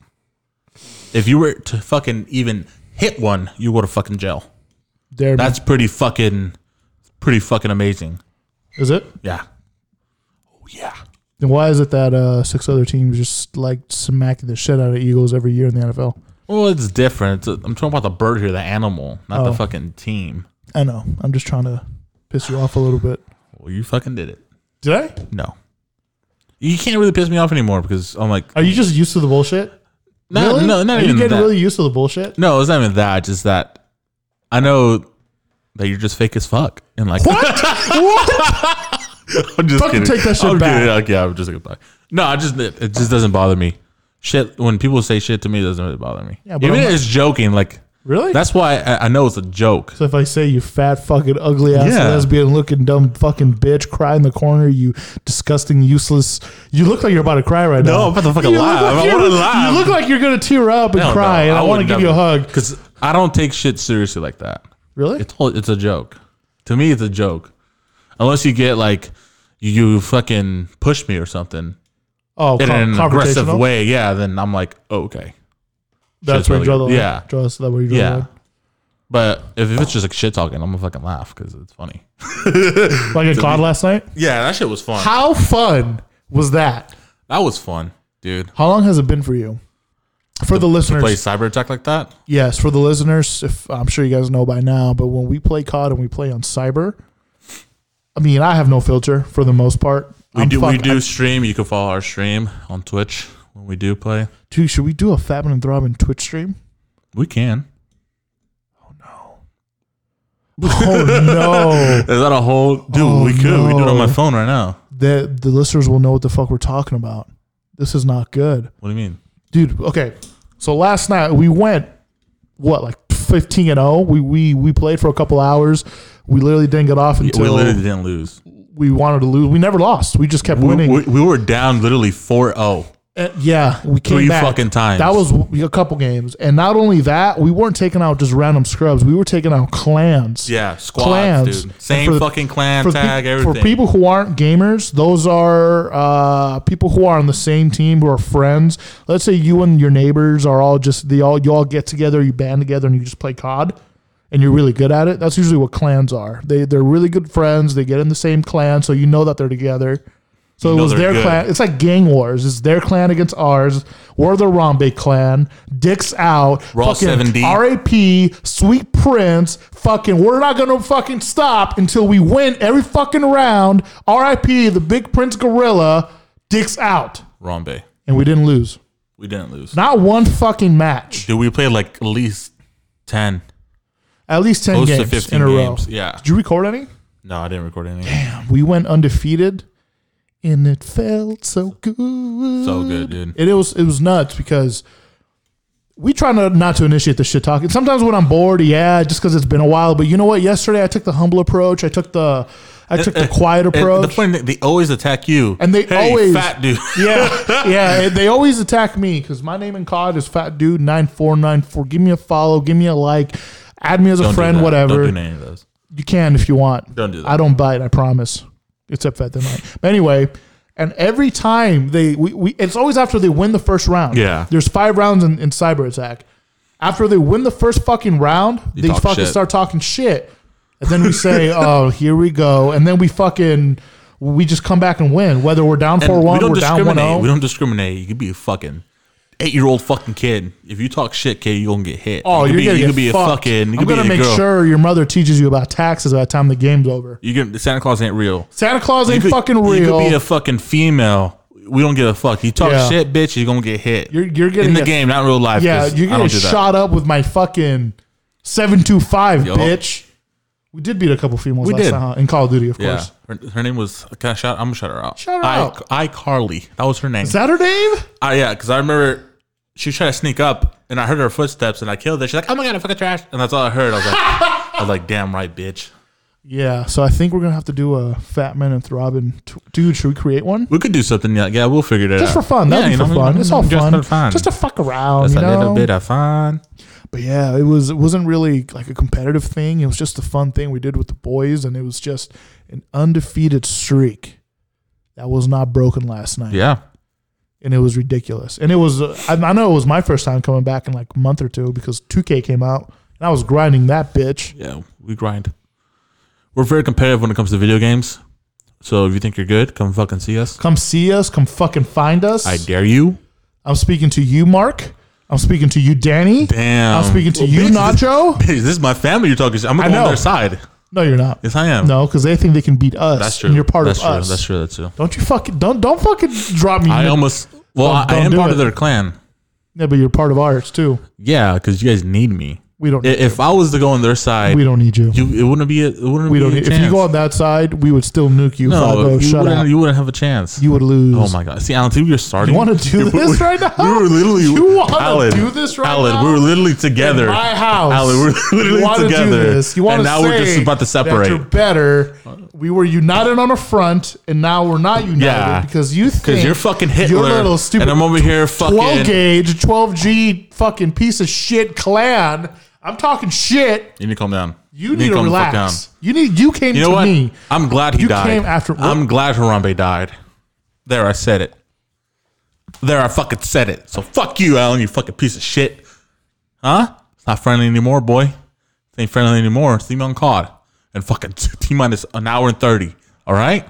S2: If you were to fucking even hit one, you go to fucking jail.
S1: They're,
S2: That's pretty fucking, pretty fucking amazing.
S1: is it?
S2: Yeah. Oh yeah.
S1: Then why is it that uh, six other teams just like smacking the shit out of eagles every year in the NFL?
S2: Well, it's different. It's a, I'm talking about the bird here, the animal, not the
S1: Oh.
S2: fucking team.
S1: I know. I'm just trying to piss you off a little bit.
S2: Well, you fucking did it.
S1: Did I?
S2: No. You can't really piss me off anymore because I'm like,
S1: Are you just used to the bullshit?
S2: no,
S1: really?
S2: no,
S1: Are
S2: not even
S1: you
S2: that.
S1: getting really used to the bullshit?
S2: no, it's not even that. Just that I know that you're just fake as fuck. And like,
S1: What? what?
S2: I'm just
S1: Fucking
S2: kidding.
S1: take that shit
S2: I'm
S1: back.
S2: kidding. Like, yeah, I'm just like, fuck. no, I just it, it just doesn't bother me. Shit, when people say shit to me, it doesn't really bother me.
S1: Yeah, but
S2: even
S1: I'm
S2: if
S1: not-
S2: it's joking, like
S1: Really?
S2: that's why I, I know it's a joke.
S1: so if I say you fat fucking ugly ass
S2: Yeah.
S1: lesbian looking dumb fucking bitch, cry in the corner, you disgusting useless. You look like you're about to cry right now.
S2: No, I'm about to fucking
S1: You look
S2: laugh. I
S1: you're-
S2: wanna laugh.
S1: You look like you're gonna tear up and cry, and I, want to give you a hug.
S2: because I don't take shit seriously like that.
S1: Really?
S2: It's all- it's a joke. To me, it's a joke. Unless you get like you, you fucking push me or something
S1: oh,
S2: in
S1: con-
S2: an aggressive
S1: confrontational?
S2: way, yeah, then I'm like, oh, okay.
S1: That's
S2: Shit's
S1: where you
S2: really
S1: draw the
S2: good.
S1: line.
S2: Yeah.
S1: draw us that where you draw
S2: Yeah.
S1: the line.
S2: But if, if it's just like shit talking, I'm gonna fucking laugh because it's funny.
S1: Like in COD last night.
S2: Yeah, that shit was fun.
S1: How fun was that?
S2: that was fun, dude.
S1: How long has it been for you? For the listeners,
S2: Play cyber attack like that.
S1: yes, for the listeners, if I'm sure you guys know by now, but when we play COD and we play on Cyber, I mean, I have no filter for the most part.
S2: We
S1: I'm
S2: do we
S1: fuck-
S2: do stream. You can follow our stream on Twitch when we do play.
S1: Dude, should we do a Fabin and Throbbing Twitch stream?
S2: We can.
S1: Oh no,
S2: Is that a whole dude?
S1: Oh,
S2: we could. We do it on my
S1: no.
S2: phone right now.
S1: the the listeners will know what the fuck we're talking about. This is not good.
S2: What do you mean?
S1: dude. Okay, so last night we went what like fifteen and zero. We we we played for a couple hours. We literally didn't get off
S2: we
S1: until
S2: literally
S1: we,
S2: didn't lose.
S1: wanted to lose. We never lost. We just kept
S2: We,
S1: winning.
S2: we, we were down literally oh. 4-0.
S1: Uh, yeah, we came
S2: Three
S1: back.
S2: fucking times.
S1: That was w- a couple games, and not only that, we weren't taking out just random scrubs. We were taking out clans.
S2: Yeah, squads,
S1: Clans.
S2: dude. Same
S1: For the-
S2: fucking clan
S1: For, peop-
S2: tag,
S1: for
S2: everything.
S1: people who aren't gamers, those are uh, people who are on the same team who are friends. Let's say you and your neighbors are all just they all you all get together, you band together, and you just play COD, and you're really good at it. That's usually what clans are. They they're really good friends. They get in the same clan, so you know that they're together. So
S2: You
S1: it
S2: know
S1: was
S2: they're
S1: their
S2: good.
S1: clan. It's like gang wars. It's their clan against ours. We're the Rombe clan. Dicks out.
S2: Raw
S1: fucking
S2: 7D.
S1: R.A.P. Sweet Prince. Fucking. We're not gonna fucking stop until we win every fucking round. R.I.P. The Big Prince Gorilla. Dicks out.
S2: Rombe.
S1: And we didn't lose.
S2: We didn't lose.
S1: Not one fucking match.
S2: Dude, we played like at least 10.
S1: At least ten
S2: Close to
S1: games
S2: 15
S1: in a
S2: games,
S1: row.
S2: yeah.
S1: Did you record any?
S2: No, I didn't record any.
S1: We went undefeated, and it felt so good.
S2: So good, dude.
S1: And it was it was nuts because we try not, not to initiate the shit talking. Sometimes when I'm bored, yeah, just because it's been a while. But you know what? Yesterday I took the humble approach. I took the I took the quiet
S2: And
S1: approach.
S2: the point that they always attack you.
S1: And they
S2: Hey,
S1: always-
S2: fat dude.
S1: yeah, yeah. and They always attack me because my name in COD is Fat Dude nine four nine four. Give me a follow. Give me a like. Add me as a
S2: Don't do
S1: friend.
S2: that.
S1: Whatever.
S2: Don't do any of those.
S1: You can if you want.
S2: Don't do that.
S1: I don't bite. I promise. Except that they might. But anyway, and every time they we, we it's always after they win the first round.
S2: Yeah.
S1: There's five rounds in, in cyber attack. After they win the first fucking round, they
S2: talk
S1: fucking
S2: shit.
S1: start talking shit. And then we say, "Oh, here we go." And then we fucking we just come back and win, whether we're down
S2: And
S1: four
S2: we
S1: one,
S2: don't
S1: we're down one oh.
S2: discriminate. We
S1: zero.
S2: don't discriminate. You could be a fucking eight year old fucking kid. If you talk shit, kid, you're gonna get hit.
S1: Oh,
S2: you could
S1: you're
S2: be,
S1: gonna
S2: you
S1: get
S2: could be
S1: fucked.
S2: a fucking. You
S1: I'm
S2: could
S1: gonna
S2: be a
S1: make
S2: girl.
S1: sure your mother teaches you about taxes by the time the game's over.
S2: You can, Santa Claus ain't real.
S1: Santa Claus ain't
S2: could-
S1: fucking real.
S2: You could be a fucking female. We don't give a fuck. You talk
S1: Yeah.
S2: shit, bitch. You're gonna get hit.
S1: You're- you're getting
S2: in the
S1: a-
S2: game, not real life.
S1: Yeah,
S2: 'cause
S1: you're
S2: I
S1: getting
S2: don't do that.
S1: shot up with my fucking seven two five,
S2: Yo.
S1: bitch. We did beat a couple females
S2: We
S1: last
S2: did.
S1: time huh? in Call of Duty, of
S2: Yeah,
S1: course.
S2: her, her name was. Can I shout? I'm gonna shout her out.
S1: Shout her
S2: I,
S1: out.
S2: I Carly. That was her name.
S1: Is that her name?
S2: I, yeah, because I remember she was trying to sneak up, and I heard her footsteps, and I killed her. She's like, "Oh my god, I fucking trash!" And that's all I heard. I was like, I was like, "Damn right, bitch."
S1: Yeah. So I think we're gonna have to do a Fat Man and Throbbing. T- Dude, should we create one?
S2: We could do something. Yeah, yeah, we'll figure it out
S1: Just for fun. That'd
S2: Yeah,
S1: be
S2: you
S1: for
S2: know,
S1: fun. It's all
S2: just
S1: fun.
S2: for fun.
S1: Just to fuck around.
S2: Just
S1: you
S2: a
S1: know?
S2: little bit of fun.
S1: but yeah, it was it wasn't really like a competitive thing. It was just a fun thing we did with the boys, and it was just an undefeated streak that was not broken last night.
S2: Yeah.
S1: and it was ridiculous. And it was uh, I, I know it was my first time coming back in like a month or two because 2K came out and I was grinding that bitch.
S2: Yeah, we grind. We're very competitive when it comes to video games. So if you think you're good, come fucking see us.
S1: Come see us. Come fucking find us.
S2: I dare you.
S1: I'm speaking to you, Mark. I'm speaking to you, Danny.
S2: Damn.
S1: I'm speaking to
S2: Well,
S1: you,
S2: bitch, this-
S1: Nacho.
S2: Bitch, this is my family you're talking to. I'm
S1: I
S2: going to go
S1: know.
S2: on their side.
S1: No, you're not.
S2: Yes, I am.
S1: No, because they think they can beat us.
S2: That's true.
S1: And you're part
S2: that's
S1: of
S2: true.
S1: us.
S2: That's true. That's true.
S1: Don't you fucking don't don't fucking drop me.
S2: I almost, well,
S1: Don't-
S2: I, I
S1: don't
S2: am
S1: do
S2: part
S1: it.
S2: of their clan.
S1: yeah, but you're part of ours too.
S2: Yeah, because you guys need me.
S1: We don't.
S2: I- If I was to go on their side,
S1: we don't need you.
S2: you, it wouldn't be a, it wouldn't
S1: we
S2: be
S1: don't.
S2: a
S1: Need, if
S2: chance.
S1: you go on that side, we would still nuke you.
S2: no,
S1: Fago,
S2: you,
S1: shut
S2: wouldn't,
S1: up.
S2: you wouldn't have a chance.
S1: You would lose.
S2: oh my God. See, Alan, we were starting.
S1: You want to do
S2: We-
S1: this
S2: we-
S1: right now?
S2: We were literally.
S1: Oh, You wanna
S2: Alan,
S1: do this right
S2: Alan,
S1: now?
S2: we were literally together.
S1: In my house.
S2: Alan, we're literally
S1: wanna
S2: together.
S1: Do this. You want
S2: And
S1: to
S2: now we're just about to separate.
S1: You're better. We were united on a front, and now we're not united
S2: Yeah.
S1: because you think
S2: Because you're fucking Hitler.
S1: Your little stupid
S2: and I'm over here fucking.
S1: 12 gauge, 12 G fucking piece of shit clan. I'm talking shit.
S2: You need to calm down.
S1: You, need to
S2: calm the fuck
S1: relax. You need. You came
S2: You know
S1: to
S2: what?
S1: me.
S2: I'm glad he
S1: You
S2: died.
S1: came after-
S2: I'm glad Harambe died. There, I said it. There, I fucking said it. So fuck you, Alan, you fucking piece of shit. Huh? It's not friendly anymore, boy. It ain't friendly anymore. It's team on COD. And fucking T minus an hour and 30. All right?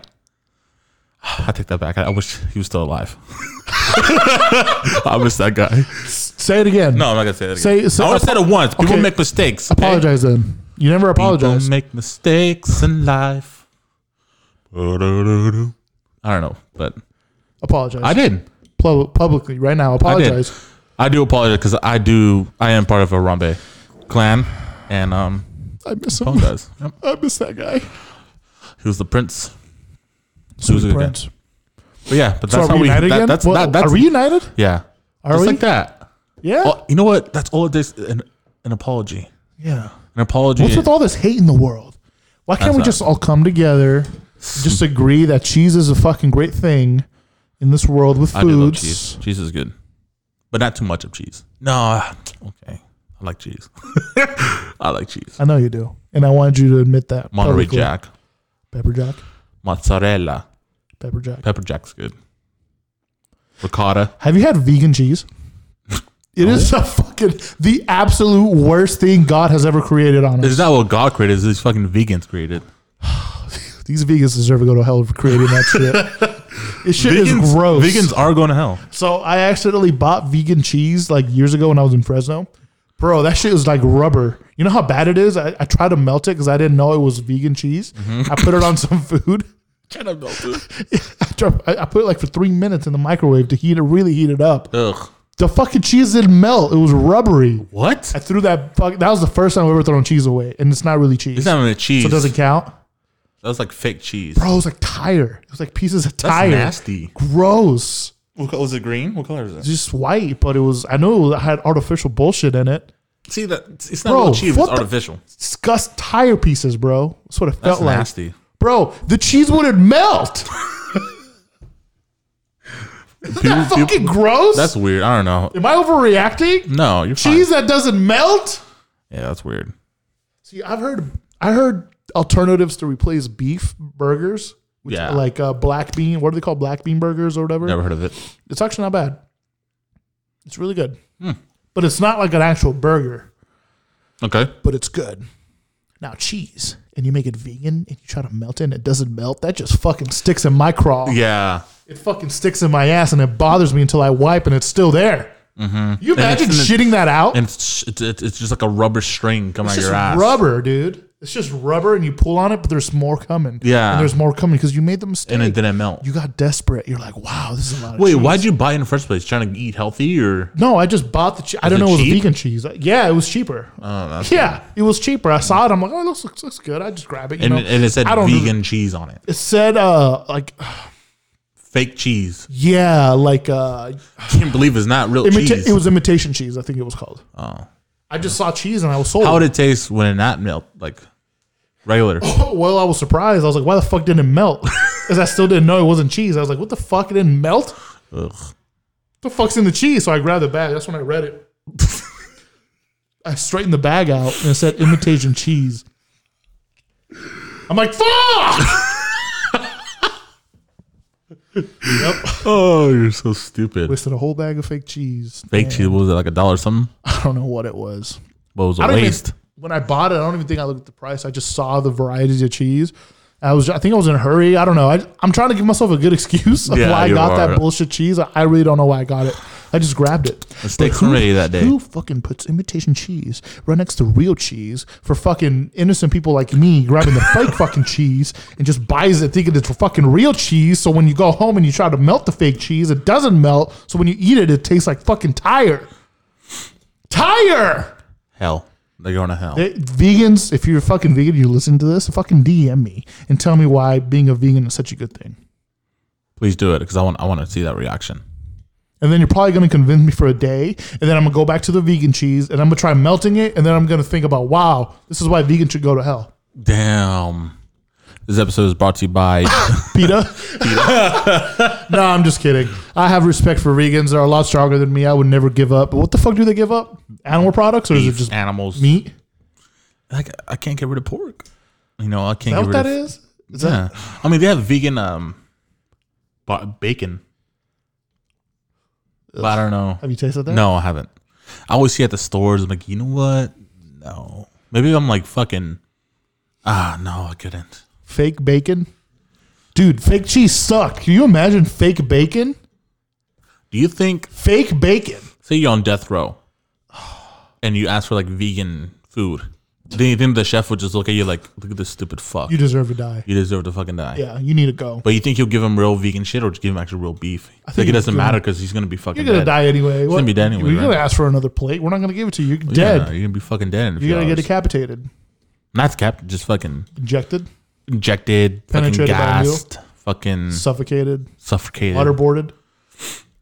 S2: I take that back. I, I wish he was still alive. I miss that guy.
S1: Say it again.
S2: No, I'm not gonna say that
S1: Say-
S2: again.
S1: so-
S2: I want to say it once. People
S1: okay.
S2: make mistakes. okay?
S1: Apologize then. You never apologize.
S2: People make mistakes in life. I don't know, but
S1: apologize.
S2: I did.
S1: Plu- publicly right now.
S2: did.
S1: Apologize.
S2: I do apologize because I do. I am part of a Harambe clan, and um,
S1: I, miss him.
S2: apologize. Yep.
S1: I miss that guy.
S2: He was the prince.
S1: Sweet
S2: was a good guy.
S1: prince.
S2: But yeah, but
S1: So
S2: that's
S1: are
S2: how
S1: we
S2: we.
S1: united
S2: That,
S1: again?
S2: That's
S1: Well,
S2: that, that's
S1: are we united?
S2: yeah.
S1: Are
S2: just
S1: we?
S2: like that?
S1: Yeah.
S2: Oh, you know what? That's all it is. An, an apology.
S1: yeah.
S2: An apology.
S1: What's with all this hate in the world? Why can't
S2: That's
S1: we
S2: not-
S1: just all come together, just agree that cheese is a fucking great thing in this world with
S2: I do love
S1: foods?
S2: cheese. Cheese is good, but not too much of cheese. No, okay. I like cheese. I like cheese.
S1: I know you do, and I wanted you to admit that.
S2: Monterey
S1: publicly.
S2: Jack,
S1: pepper jack,
S2: mozzarella,
S1: pepper jack.
S2: pepper jack's good. Ricotta.
S1: Have you had vegan cheese? It is a fucking the absolute worst thing God has ever created on us.
S2: Is that what God created? Is these fucking vegans created?
S1: These vegans deserve to go to hell for creating that shit. This shit
S2: vegans,
S1: is gross.
S2: Vegans are going to hell.
S1: So I accidentally bought vegan cheese like years ago when I was in Fresno. Bro, that shit was like rubber. You know how bad it is? I, I tried to melt it because I didn't know it was vegan cheese.
S2: Mm-hmm.
S1: I put it on some food. I, tried- I- I put it like for three minutes in the microwave to heat it, really heat it up.
S2: Ugh.
S1: The fucking cheese didn't melt. It was rubbery.
S2: What?
S1: I threw that fuck. That was the first time I've ever thrown cheese away, and it's not really cheese.
S2: It's not even a cheese.
S1: so it doesn't count.
S2: That's like fake cheese.
S1: Bro, it was like tire. It was like pieces of
S2: That's
S1: tire.
S2: nasty.
S1: Gross.
S2: What color is it? Green? What color is it?
S1: Just white, but it was. I know it had artificial bullshit in it.
S2: See that? It's not
S1: Bro,
S2: real cheese.
S1: what
S2: It's
S1: the-
S2: artificial.
S1: disgust tire pieces, bro. That's what it
S2: That's
S1: felt like.
S2: nasty.
S1: Bro, the cheese wouldn't melt. Isn't that
S2: People-
S1: fucking gross?
S2: That's weird. I don't know.
S1: Am I overreacting?
S2: No, you're
S1: Cheese
S2: Fine.
S1: that doesn't melt?
S2: Yeah, that's weird.
S1: See, I've heard I heard alternatives to replace beef burgers. Which
S2: Yeah.
S1: are Like uh, black bean. What do they call black bean burgers or whatever?
S2: Never heard of it.
S1: It's actually not bad. It's really good.
S2: Hmm.
S1: But it's not like an actual burger.
S2: Okay.
S1: but it's good. Now cheese, and you make it vegan, and you try to melt it, and it doesn't melt. That just fucking sticks in my craw.
S2: Yeah.
S1: It fucking sticks in my ass, and it bothers me until I wipe, and it's still there. You imagine
S2: Mm-hmm. it's-
S1: shitting that out?
S2: And it's, it's, it's it's just like a rubber string coming
S1: it's
S2: out
S1: just
S2: your ass.
S1: rubber, dude. It's just rubber, and you pull on it, but there's more coming.
S2: Yeah.
S1: and there's more coming because you made the mistake.
S2: And it didn't melt.
S1: you got desperate. You're like, wow, this is a lot. Of
S2: Wait,
S1: cheese.
S2: why'd you buy it in the first place? Trying to eat healthy or?
S1: No, I just bought the. Che- I don't
S2: it
S1: know. It was
S2: cheap?
S1: vegan cheese. Yeah, it was cheaper.
S2: Oh, that's
S1: yeah, it was cheaper. I saw it. I'm like, oh, this looks, looks good. I just grab it. You
S2: And,
S1: know?
S2: and it said
S1: I don't know.
S2: vegan cheese on it.
S1: It said uh like
S2: Fake cheese.
S1: yeah like uh
S2: Can't believe it's not real
S1: imita-
S2: cheese.
S1: it was imitation cheese I think it was called. Oh. I just saw cheese and I was sold.
S2: How would it taste when it not melt? Like regular.
S1: Oh, well, I was surprised. I was like, why the fuck didn't it melt? Because I still didn't know it wasn't cheese. I was like, what the fuck? It didn't melt.
S2: Ugh.
S1: the fuck's in the cheese? So I grabbed the bag. That's when I read it. I straightened the bag out and it said imitation cheese. I'm like, fuck!
S2: Oh, you're so stupid.
S1: Wasted a whole bag of fake cheese.
S2: Fake cheese, what was it, like a dollar something?
S1: I don't know what it was.
S2: What was a
S1: I don't
S2: waste?
S1: even. When I bought it, I don't even think I looked at the price. I just saw the varieties of cheese. I was. I think I was in a hurry. I don't know. I, I'm trying to give myself a good excuse of
S2: Yeah,
S1: why I
S2: you
S1: got
S2: are.
S1: that bullshit cheese. I, I really don't know why I got it. I just grabbed it.
S2: Mistakes
S1: But
S2: were made that day.
S1: Who fucking puts imitation cheese right next to real cheese for fucking innocent people like me grabbing the fake fucking cheese and just buys it thinking it's fucking real cheese? So when you go home and you try to melt the fake cheese, it doesn't melt. So when you eat it, it tastes like fucking tire. Tire.
S2: Hell. They're going to hell.
S1: It- vegans, if you're a fucking vegan, you listen to this, fucking DM me and tell me why being a vegan is such a good thing.
S2: Please do it because I want, I want to see that reaction.
S1: And then you're probably going to convince me for a day, and then I'm going to go back to the vegan cheese and I'm going to try melting it, and then I'm going to think about, wow, this is why vegans should go to hell.
S2: Damn. This episode is brought to you by.
S1: PETA? no, I'm just kidding. I have respect for vegans. They're a lot stronger than me. I would never give up. But what the fuck do they give up? Animal products, or is
S2: beef
S1: it just
S2: animals.
S1: meat? Is
S2: Like, I can't get rid of pork. You know, I can't
S1: that what
S2: get rid
S1: that
S2: of.
S1: is? Is that
S2: Yeah. I mean, they have vegan um, ba- bacon. But I don't know.
S1: Have you tasted that?
S2: No, I haven't. I always see at the stores. I'm like, you know what? No. Maybe I'm like fucking. Ah, no, I couldn't.
S1: Fake bacon? Dude, fake cheese sucked. Can you imagine fake bacon?
S2: Do you think?
S1: fake bacon.
S2: Say you're on death row, and you ask for like vegan food. Then you think the chef would just look at you like, look at this stupid fuck.
S1: You deserve to die.
S2: You deserve to fucking die.
S1: Yeah, you need to go.
S2: But you think you'll give him real vegan shit or just give him actual real beef? I
S1: think
S2: think it
S1: he's
S2: doesn't
S1: gonna-
S2: matter because he's gonna be fucking.
S1: You're gonna
S2: dead.
S1: die anyway. What-
S2: gonna be dead anyway,
S1: You're gonna
S2: right?
S1: ask for another plate. We're not gonna give it to you. You're
S2: Yeah,
S1: dead.
S2: you're gonna be fucking dead. In a few
S1: You're gonna get
S2: hours.
S1: decapitated,
S2: not capped, just fucking
S1: injected,
S2: injected, fucking
S1: Penetrated by a needle.
S2: gassed, fucking
S1: suffocated,
S2: suffocated.
S1: waterboarded.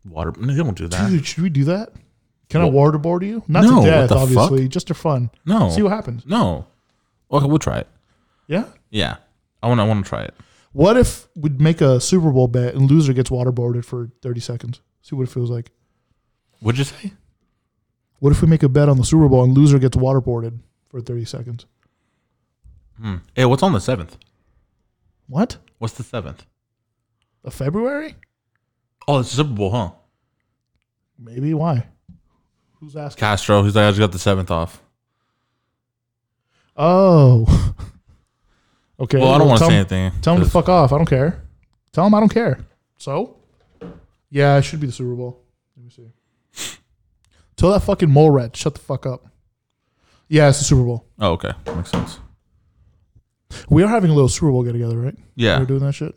S2: water. No, they don't do that.
S1: Dude, should we do that? Can I
S2: What?
S1: waterboard you? Not
S2: No,
S1: to
S2: what
S1: death,
S2: the
S1: obviously, just for fun.
S2: No.
S1: See what happens.
S2: No. Okay, we'll try it.
S1: Yeah.
S2: Yeah, I want. I want to try it.
S1: What if we'd make a Super Bowl bet and loser gets waterboarded for 30 seconds? See what it feels like.
S2: What'd you say?
S1: What if we make a bet on the Super Bowl and loser gets waterboarded for 30 seconds?
S2: Hmm. Hey, what's on the seventh?
S1: What?
S2: What's the seventh?
S1: Of February?
S2: Oh, it's the Super Bowl, huh?
S1: Maybe. Why? Who's asking?
S2: Castro, he's like, I just got the seventh off.
S1: Oh. Okay.
S2: Well, I don't want to
S1: tell
S2: say
S1: him-
S2: anything.
S1: Tell him to
S2: 'cause-
S1: fuck off. I don't care. Tell him I don't care. So? Yeah, it should be the Super Bowl. Let me see. Tell that fucking mole rat, to shut the fuck up. Yeah, it's the Super Bowl.
S2: Oh, okay, makes sense.
S1: We are having a little Super Bowl get together, right?
S2: Yeah,
S1: We're doing that shit.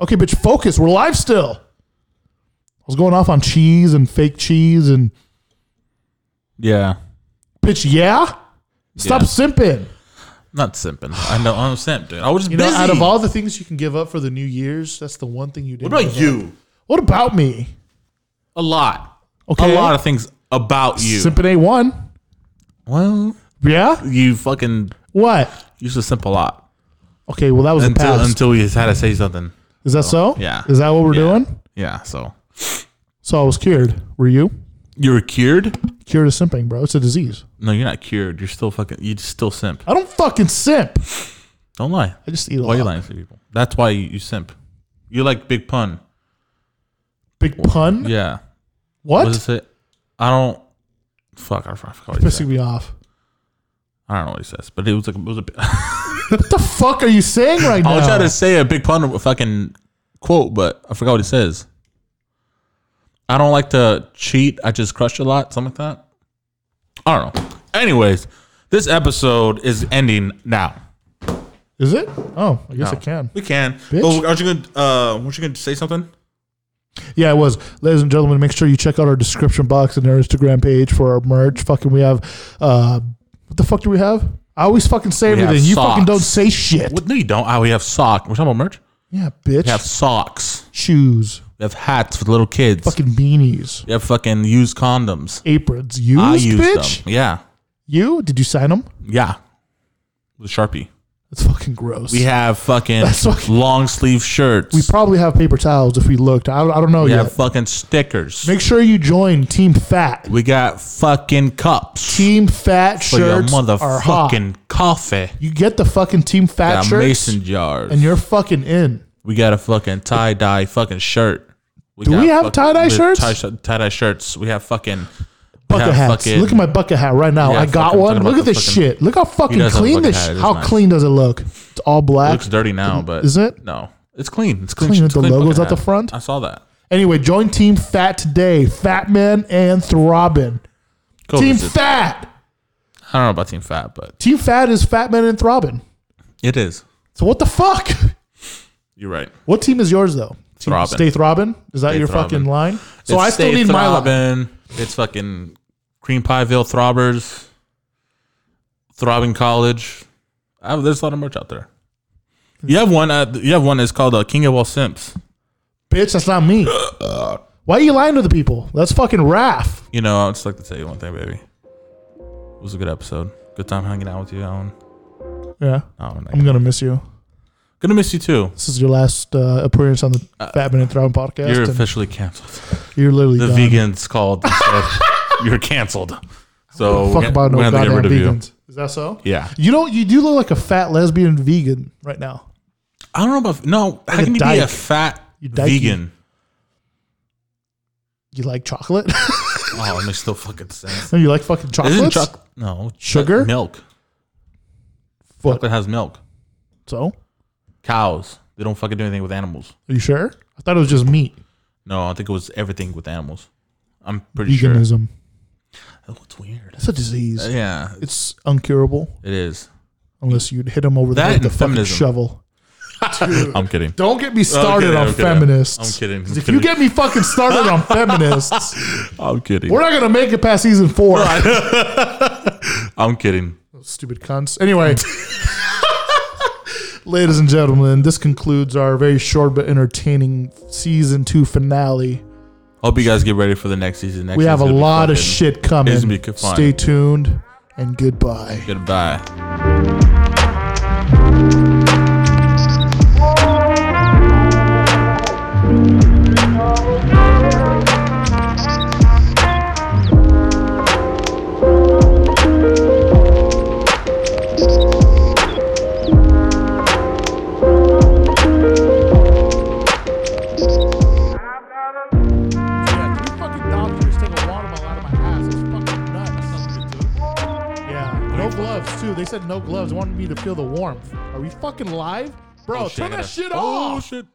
S1: Okay, bitch, focus. We're live still. I was going off on cheese and fake cheese and
S2: yeah.
S1: bitch, yeah? Stop
S2: Yeah.
S1: simping.
S2: Not simping. I know I'm simp, dude. I was just
S1: You know,
S2: busy.
S1: out of all the things you can give up for the New Year's, that's the one thing you did.
S2: what about you?
S1: What about me?
S2: A lot.
S1: Okay.
S2: A lot of things about you.
S1: Simpin A1.
S2: well,
S1: Yeah?
S2: you fucking
S1: What?
S2: used to simp a lot
S1: Okay, well, that was the
S2: until
S1: past.
S2: until we had to say something.
S1: Is that so?
S2: yeah.
S1: Is that what we're
S2: Yeah.
S1: doing?
S2: Yeah. So
S1: So I was cured. Were you?
S2: you were cured.
S1: Cured of simping, bro. It's a disease.
S2: No, you're not cured. You're still fucking. You still simp.
S1: I don't fucking simp.
S2: Don't lie.
S1: I just eat a
S2: Why are you
S1: lot.
S2: lying to people? That's why you, you simp. You like big pun.
S1: Big pun?
S2: Yeah.
S1: What?
S2: does it say? I don't. Fuck. I forgot what he
S1: Pissing
S2: said.
S1: me off.
S2: I don't know what he says, but it was like it was a.
S1: What the fuck are you saying right
S2: I
S1: now?
S2: was trying to say a big pun fucking quote, but I forgot what he says. I don't like to cheat. I just crush a lot, something like that. I don't know. Anyways, this episode is ending now.
S1: Is it? Oh, I guess
S2: No.
S1: I can.
S2: We can.
S1: Bitch.
S2: Oh, aren't you gonna? Uh, weren't you gonna say something?
S1: Yeah, it was. Ladies and gentlemen, make sure you check out our description box and our Instagram page for our merch. Fucking, we have. uh What the fuck do we have? I always fucking say
S2: We have
S1: everything. You fucking
S2: socks.
S1: don't say shit.
S2: What? No, you don't. Ah, we have socks. We're talking about merch.
S1: Yeah, bitch.
S2: We have socks.
S1: Shoes,
S2: We have hats for the little kids.
S1: fucking beanies,
S2: We have fucking used condoms.
S1: aprons. Used,
S2: I used
S1: bitch.
S2: them. Yeah,
S1: You? Did you sign them?
S2: yeah. With a sharpie.
S1: It's fucking gross.
S2: We have fucking
S1: That's fucking-
S2: long sleeve shirts.
S1: we probably have paper towels if we looked. I, I don't know
S2: We
S1: yet.
S2: have fucking stickers.
S1: Make sure you join Team Fat.
S2: We got fucking cups
S1: Team Fat
S2: for your
S1: shirts are hot.
S2: motherfucking coffee.
S1: You get the fucking Team Fat
S2: Got
S1: shirts,
S2: mason jars.
S1: and you're fucking in.
S2: we got a fucking tie dye fucking shirt.
S1: Do we have tie-dye shirts?
S2: Tie dye shirts. We have fucking. we
S1: Bucket
S2: have
S1: hats.
S2: fucking-
S1: Look at my bucket hat right now.
S2: Yeah,
S1: I got
S2: fucking-
S1: one.
S2: talking
S1: Look
S2: about
S1: at
S2: the
S1: this
S2: fucking-
S1: shit. Look how fucking
S2: does have a
S1: clean
S2: bucket
S1: this.
S2: hat. It is
S1: How
S2: nice.
S1: clean does it look? It's all black.
S2: looks dirty now, but
S1: Is it?
S2: No, it's clean. It's clean.
S1: Clean with
S2: It's
S1: the logos
S2: fucking
S1: at the
S2: hat.
S1: front?
S2: I saw that.
S1: Anyway, join Team Fat today. Fat Man and Throbbing.
S2: Go
S1: Team
S2: visit.
S1: Fat.
S2: I don't know about Team Fat, but
S1: Team Fat is Fat Man and Throbbing.
S2: it is.
S1: So what the fuck?
S2: You're right.
S1: What team is yours though? Team
S2: Throbbing.
S1: Stay Throbbing. Is that
S2: Stay
S1: your
S2: Throbbing.
S1: fucking line? So
S2: It's
S1: I still
S2: Stay
S1: need my line.
S2: Throbbing. It's fucking Cream Pieville Throbbers, Throbbing College. I have, there's a lot of merch out there.
S1: Hmm.
S2: You have one. Uh, you have one. that's called uh, King of All Simps.
S1: Bitch, that's not me. Why are you lying to the people? That's fucking Raph.
S2: You know, I'd just like to tell you one thing, baby. It was a good episode. Good time hanging out with you, Alan.
S1: Yeah.
S2: Alan
S1: I'm gonna miss you.
S2: gonna miss you too.
S1: This is your last uh, appearance on the Fat Man and Throbbing podcast.
S2: You're
S1: and
S2: officially canceled.
S1: you're literally
S2: the
S1: done.
S2: vegans called and said you're canceled. So
S1: Fuck about no
S2: gonna have to
S1: goddamn
S2: get rid of you.
S1: vegans. Is that so?
S2: Yeah,
S1: You know, you do look like a fat lesbian vegan right now.
S2: I don't know about no. How
S1: a
S2: can you be a
S1: dyke.
S2: fat
S1: You dykey.
S2: vegan?
S1: You like chocolate?
S2: Oh, it makes no fucking sense.
S1: you like fucking
S2: Isn't
S1: chocolate?
S2: chocolate? No
S1: Sugar?
S2: milk.
S1: What?
S2: Chocolate has milk.
S1: So, are
S2: Cows. They don't fucking do anything with animals.
S1: you sure? I thought it was just meat.
S2: No, I think it was everything with animals. I'm pretty sure. Uh,
S1: Veganism.
S2: Oh, it's weird.
S1: It's a disease.
S2: Yeah,
S1: It's uncurable
S2: it is.
S1: unless you'd hit them over the
S2: That
S1: head
S2: and
S1: with a fucking
S2: feminism.
S1: shovel.
S2: I'm kidding.
S1: Don't get me
S2: I'm
S1: started
S2: kidding,
S1: on
S2: I'm kidding.
S1: feminists.
S2: I'm kidding, I'm
S1: 'Cause if
S2: kidding.
S1: you get me fucking started on feminists,
S2: I'm kidding.
S1: we're not gonna make it past season four.
S2: I'm kidding.
S1: Stupid cunts. Anyway. Ladies and gentlemen, this concludes our very short but entertaining season two finale.
S2: Hope you guys get ready for the next season. Next
S1: We have a
S2: season's gonna be
S1: lot of
S2: fucking-
S1: shit coming.
S2: It's gonna be fun.
S1: Stay tuned and goodbye.
S2: Goodbye.
S1: Yeah, three fucking doctors take a watermelon out of my ass. It's fucking nuts. Yeah, no gloves too. They said no gloves. They wanted me to feel the warmth. Are we fucking live, bro?
S2: Oh, shit,
S1: turn
S2: I
S1: that
S2: gotta-
S1: shit
S2: Oh,
S1: off.
S2: shit.